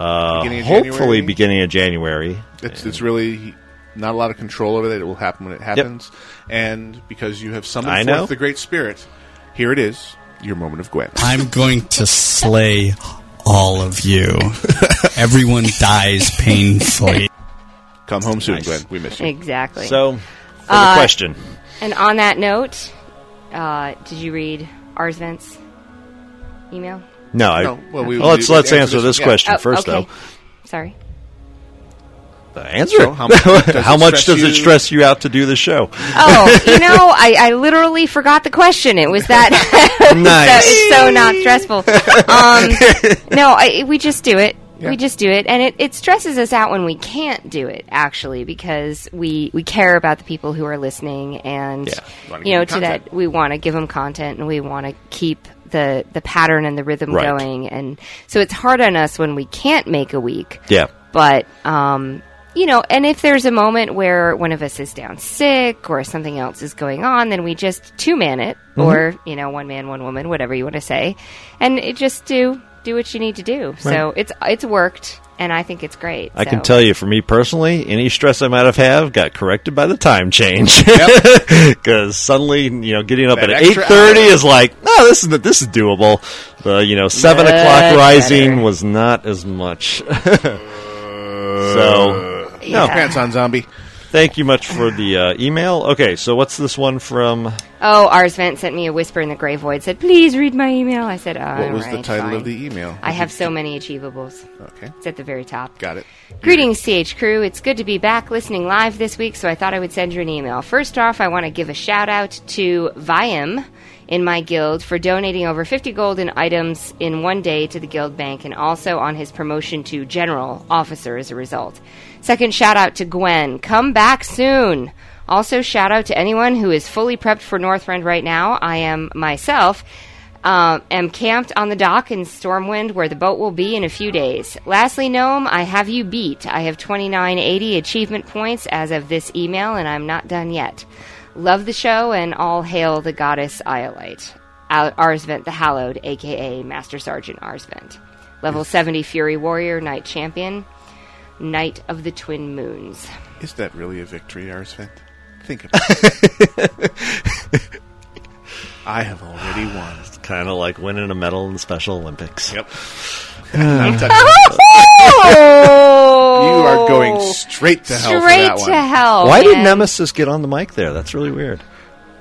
uh, Beginning of hopefully January? beginning of January. It's, it's really not a lot of control over that. It will happen when it happens. And because you have summoned I forth know. the Great Spirit, here it is, your moment of Gwen. I'm going to slay all of you. Everyone dies painfully. Come home soon, Glenn. We miss Exactly. So, for the Uh, question. And on that note, uh, did you read Arzvent's email? No, I, No, well, we- well, let's we- let's we answer Oh, answer this this- yeah. question Oh, first, okay. though. Sorry. The answer. So how much does it How much stress does you? it stress you out to do the show? Oh, you know, I, I literally forgot the question. It was that Nice. so, it's so not stressful. Um, no, I, we just do it. We just do it, and it, it stresses us out when we can't do it. Actually, because we we care about the people who are listening, and Wanna you give know, them to that we want to give them content, and we want to keep the the pattern and the rhythm Right. going, and so it's hard on us when we can't make a week. Yeah. But um, you know, and if there's a moment where one of us is down sick or something else is going on, then we just two man it, Mm-hmm. Mhm. or you know, one man, one woman, whatever you want to say, and it just do do what you need to do. So Right. it's it's worked, and I think it's great. I so. can tell you, for me personally, any stress I might have had got corrected by the time change. Because suddenly, you know, getting up That at eight extra thirty hour. is like, no, this is this is doable. The you know seven Much o'clock better. rising was not as much. Uh, so, Yeah. Pants on, zombie. Thank you much for the uh, email. Okay, so what's this one from? Oh, Ars Vent sent me a whisper in the gray void. Said, "Please read my email." I said, oh, What was the title of the email? I have so many achievables. Okay. It's at the very top. Got it. Greetings, CH crew. It's good to be back listening live this week, so I thought I would send you an email. First off, I want to give a shout out to Viam in my guild for donating over 50 gold in items in one day to the guild bank and also on his promotion to general officer as a result. Second shout out to Gwen. Come back soon. Also, shout out to anyone who is fully prepped for Northrend right now. I am myself um, am camped on the dock in Stormwind where the boat will be in a few days. Lastly, Gnome, I have you beat. I have 2980 achievement points as of this email, and I'm not done yet. Love the show, and all hail the goddess Iolite. Al- Arsvent the Hallowed, aka Master Sergeant Arsvent. Level 70 Fury Warrior, Knight Champion, Knight of the Twin Moons. Is that really a victory, Arsvent? Think about it. I have already won. It's kind of like winning a medal in the Special Olympics. Yep. Oh! you are going straight to hell for Oh. Straight that one. to hell. Why did Oh, man. Nemesis get on the mic there? That's really weird.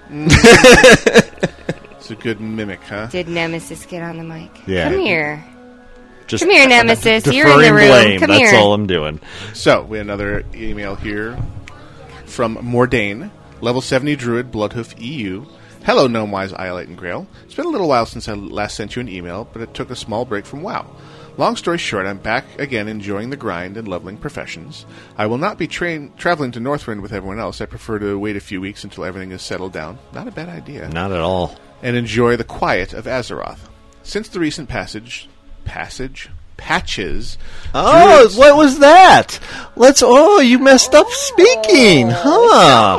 It's a good mimic, huh? Did Nemesis get on the mic? Yeah. Come here. Just Come here, Nemesis. You're in the deferring room. blame. Come That's here. all I'm doing. So, we had another email here from Mordane, level 70 Druid, Bloodhoof EU. Hello, Gnomewise, Iolite, and Grail. It's been a little while since I last sent you an email, but it took a small break from WoW. Long story short, I'm back again enjoying the grind and leveling professions. I will not be train- traveling to Northrend with everyone else. I prefer to wait a few weeks until everything is settled down. Not a bad idea Not at all. and enjoy the quiet of Azeroth. Since the recent passage, passage, patches. Oh, Druids- what was that? Let's. Oh, you messed up speaking, Oh, huh?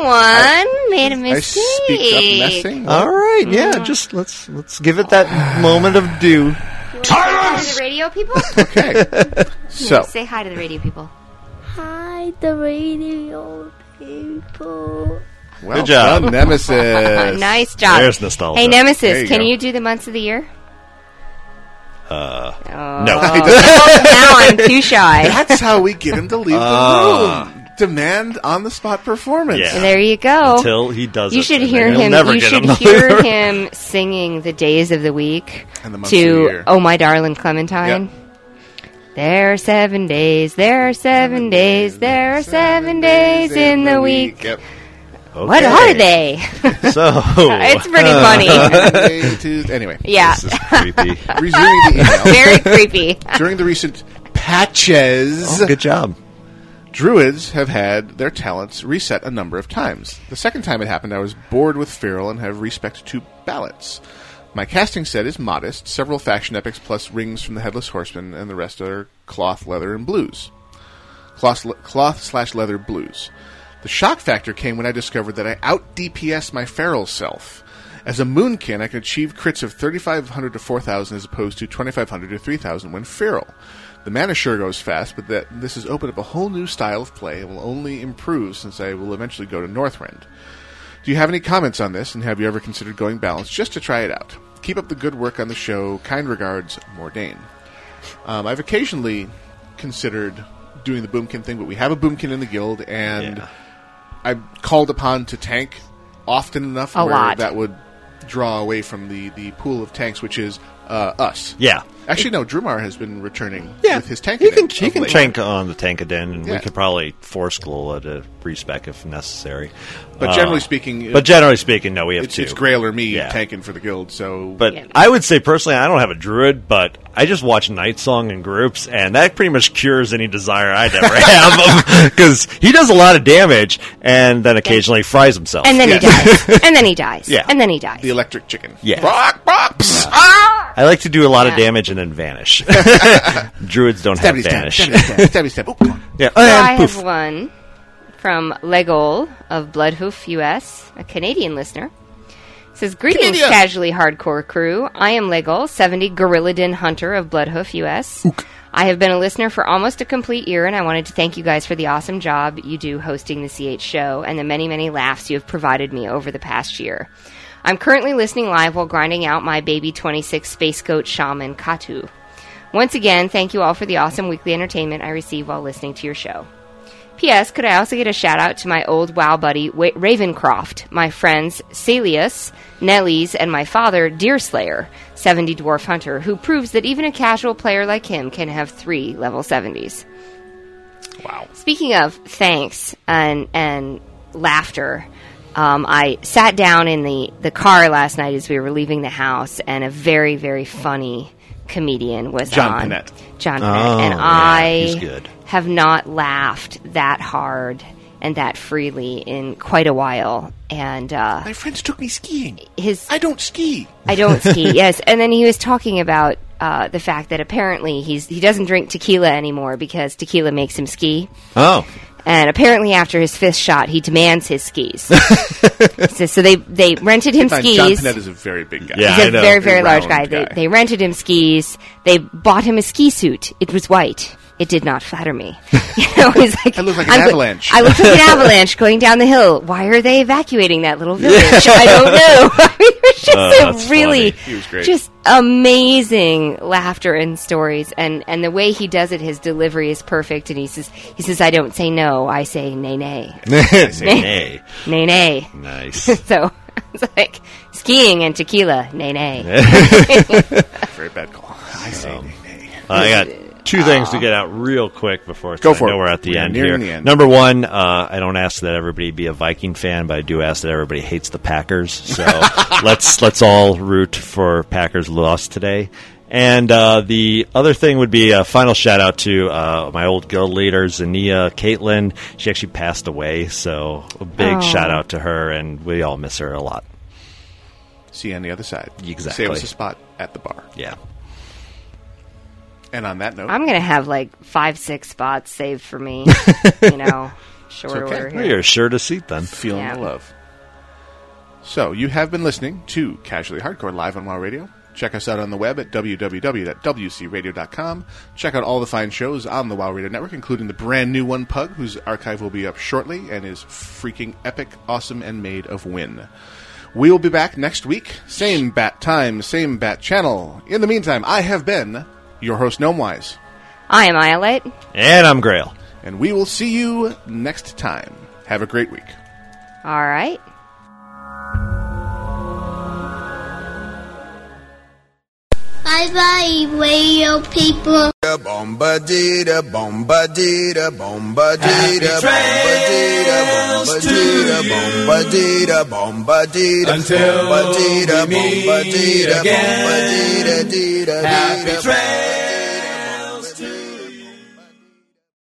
One made a I mistake. speak up messing. All right, yeah. Just let's let's give it that moment of due. Hi to the radio people. Okay. So- say hi to the radio people. Hi, the radio people. Well Good job. done, Nemesis. nice job. There's nostalgia. Hey There Nemesis, you can go. you do the months of the year? Uh, Oh. no. now I'm too shy. That's how we get him to leave Ah. the room. Demand on the spot performance. Yeah. There you go. Until he does Oh, you it, should and hear then you'll him. never you get should him to hear leave. him singing the days of the week And the months of the to year. "Oh My Darling Clementine." There are seven days. There are seven days. There are seven days in the week. Yep. What are they? So It's pretty funny. Monday, Tuesday- anyway, Yeah. This is creepy. resuming the email. Very creepy. During the recent patches, Oh, good job. Druids have had their talents reset a number of times. The second time it happened, I was bored with Feral and have respect to ballots. My casting set is modest, several faction epics plus rings from the Headless Horseman, and the rest are cloth, leather, and blues. Cloth, cloth slash leather blues. The shock factor came when I discovered that I out DPS my feral self. As a moonkin, I can achieve crits of 3,500 to 4,000 as opposed to 2,500 to 3,000 when feral. The mana sure goes fast, but that this has opened up a whole new style of play and will only improve since I will eventually go to Northrend. Do you have any comments on this, and have you ever considered going balanced just to try it out? Keep up the good work on the show. Kind regards, Mordane. Um, I've occasionally considered doing the boomkin thing, but we have a boomkin in the guild, and I'm called upon to tank often enough A where lot. that would draw away from the, the pool of tanks, which is uh, us. Yeah. Actually, no. Drumar has been returning Yeah. with his tank. You can of you can late. tank on the Tankaden, and Yeah. we could probably force Glola to respec if necessary. But Uh, generally speaking, but generally speaking, no, we have it's, two. it's Grail or me Yeah. tanking for the guild. So, But I would say personally, I don't have a druid, but I just watch Night Song in groups, and that pretty much cures any desire I'd ever have because he does a lot of damage, and then occasionally fries himself. And then he dies. And then he dies. Yeah. And then he dies. the electric chicken. Yeah. Brock, Brock, psst, ah! I like to do a lot of Yeah. damage and then vanish. Druids don't Stabby have stab, vanish. stabby stab, stabby stab. Oh, come on. yeah, So and I poof. have one from Legol of Bloodhoof US, a Canadian listener. It says, Greetings, Canada. casually hardcore crew. I am Legol, 70 Gorilladin Hunter of Bloodhoof US. I have been a listener for almost a complete year, and I wanted to thank you guys for the awesome job you do hosting the CH show and the many, many laughs you have provided me over the past year. I'm currently listening live while grinding out my baby 26 Space Goat Shaman Katu. Once again, thank you all for the awesome weekly entertainment I receive while listening to your show. P.S. Could I also get a shout out to my old WoW buddy Wa Ravencroft, my friends Salius, Nellies, and my father Deerslayer, 70 Dwarf Hunter, who proves that even a casual player like him can have three level 70s. Wow. Speaking of thanks and and laughter, um, I sat down in the, the car last night as we were leaving the house, and a very very funny comedian was John on. Panette. John Oh, Panette, and yeah, I he's good. have not laughed that hard and that freely in quite a while. And uh, My friends took me skiing. His I don't ski. I don't ski. yes, and then he was talking about uh, the fact that apparently he's he doesn't drink tequila anymore because tequila makes him ski. Oh. And apparently, after his fifth shot, he demands his skis. so, so they they rented him Keep in mind, John skis. Panette is a very big guy. He's a very very large guy. They, they rented him skis. They bought him a ski suit. It was white. It did not flatter me. You know, he's like, I look like an I'm go- avalanche. I looked like an avalanche going down the hill. Why are they evacuating that little village? I don't know. I mean, it was just Oh, a that's really funny. He was great. just amazing laughter and stories and and the way he does it his delivery is perfect and he says he says I don't say no I say nay nay Nay. nay nay Nice. so it's like skiing and tequila nay nay Very bad call. I see. Um, Uh, I got two things to get out real quick before Go I for know it. we're at the We are end nearing here. the end. Number one, uh, I don't ask that everybody be a Viking fan, but I do ask that everybody hates the Packers. So let's let's all root for Packers loss today. And uh, the other thing would be a final shout out to uh, my old guild leader Zania Caitlin. She actually passed away, so a big Oh. shout out to her, and we all miss her a lot. See you on the other side. Exactly. Save us a spot at the bar. Yeah. And on that note, I'm gonna have like five six spots saved for me you know short okay. order Well, you're assured a seat then. feeling Yeah. the love. So you have been listening to Casually Hardcore live on WoW Radio. Check us out on the web at www.wcradio.com. Check out all the fine shows on the WoW Radio Network, including the brand new one Pug, whose archive will be up shortly and is freaking epic, awesome, and made of win. We will be back next week, same bat time, same bat channel. In the meantime, I have been your host, Gnomewise, I am Iolite and I'm Grail, and we will see you next time. Have a great week. all right Bye bye, radio people. Bombadita, bombadita, Happy bombadita, trails bombadita, to you. bombadita, bombadita, Until we bombadita, meet bombadita, again. bombadita, dita, Happy dita,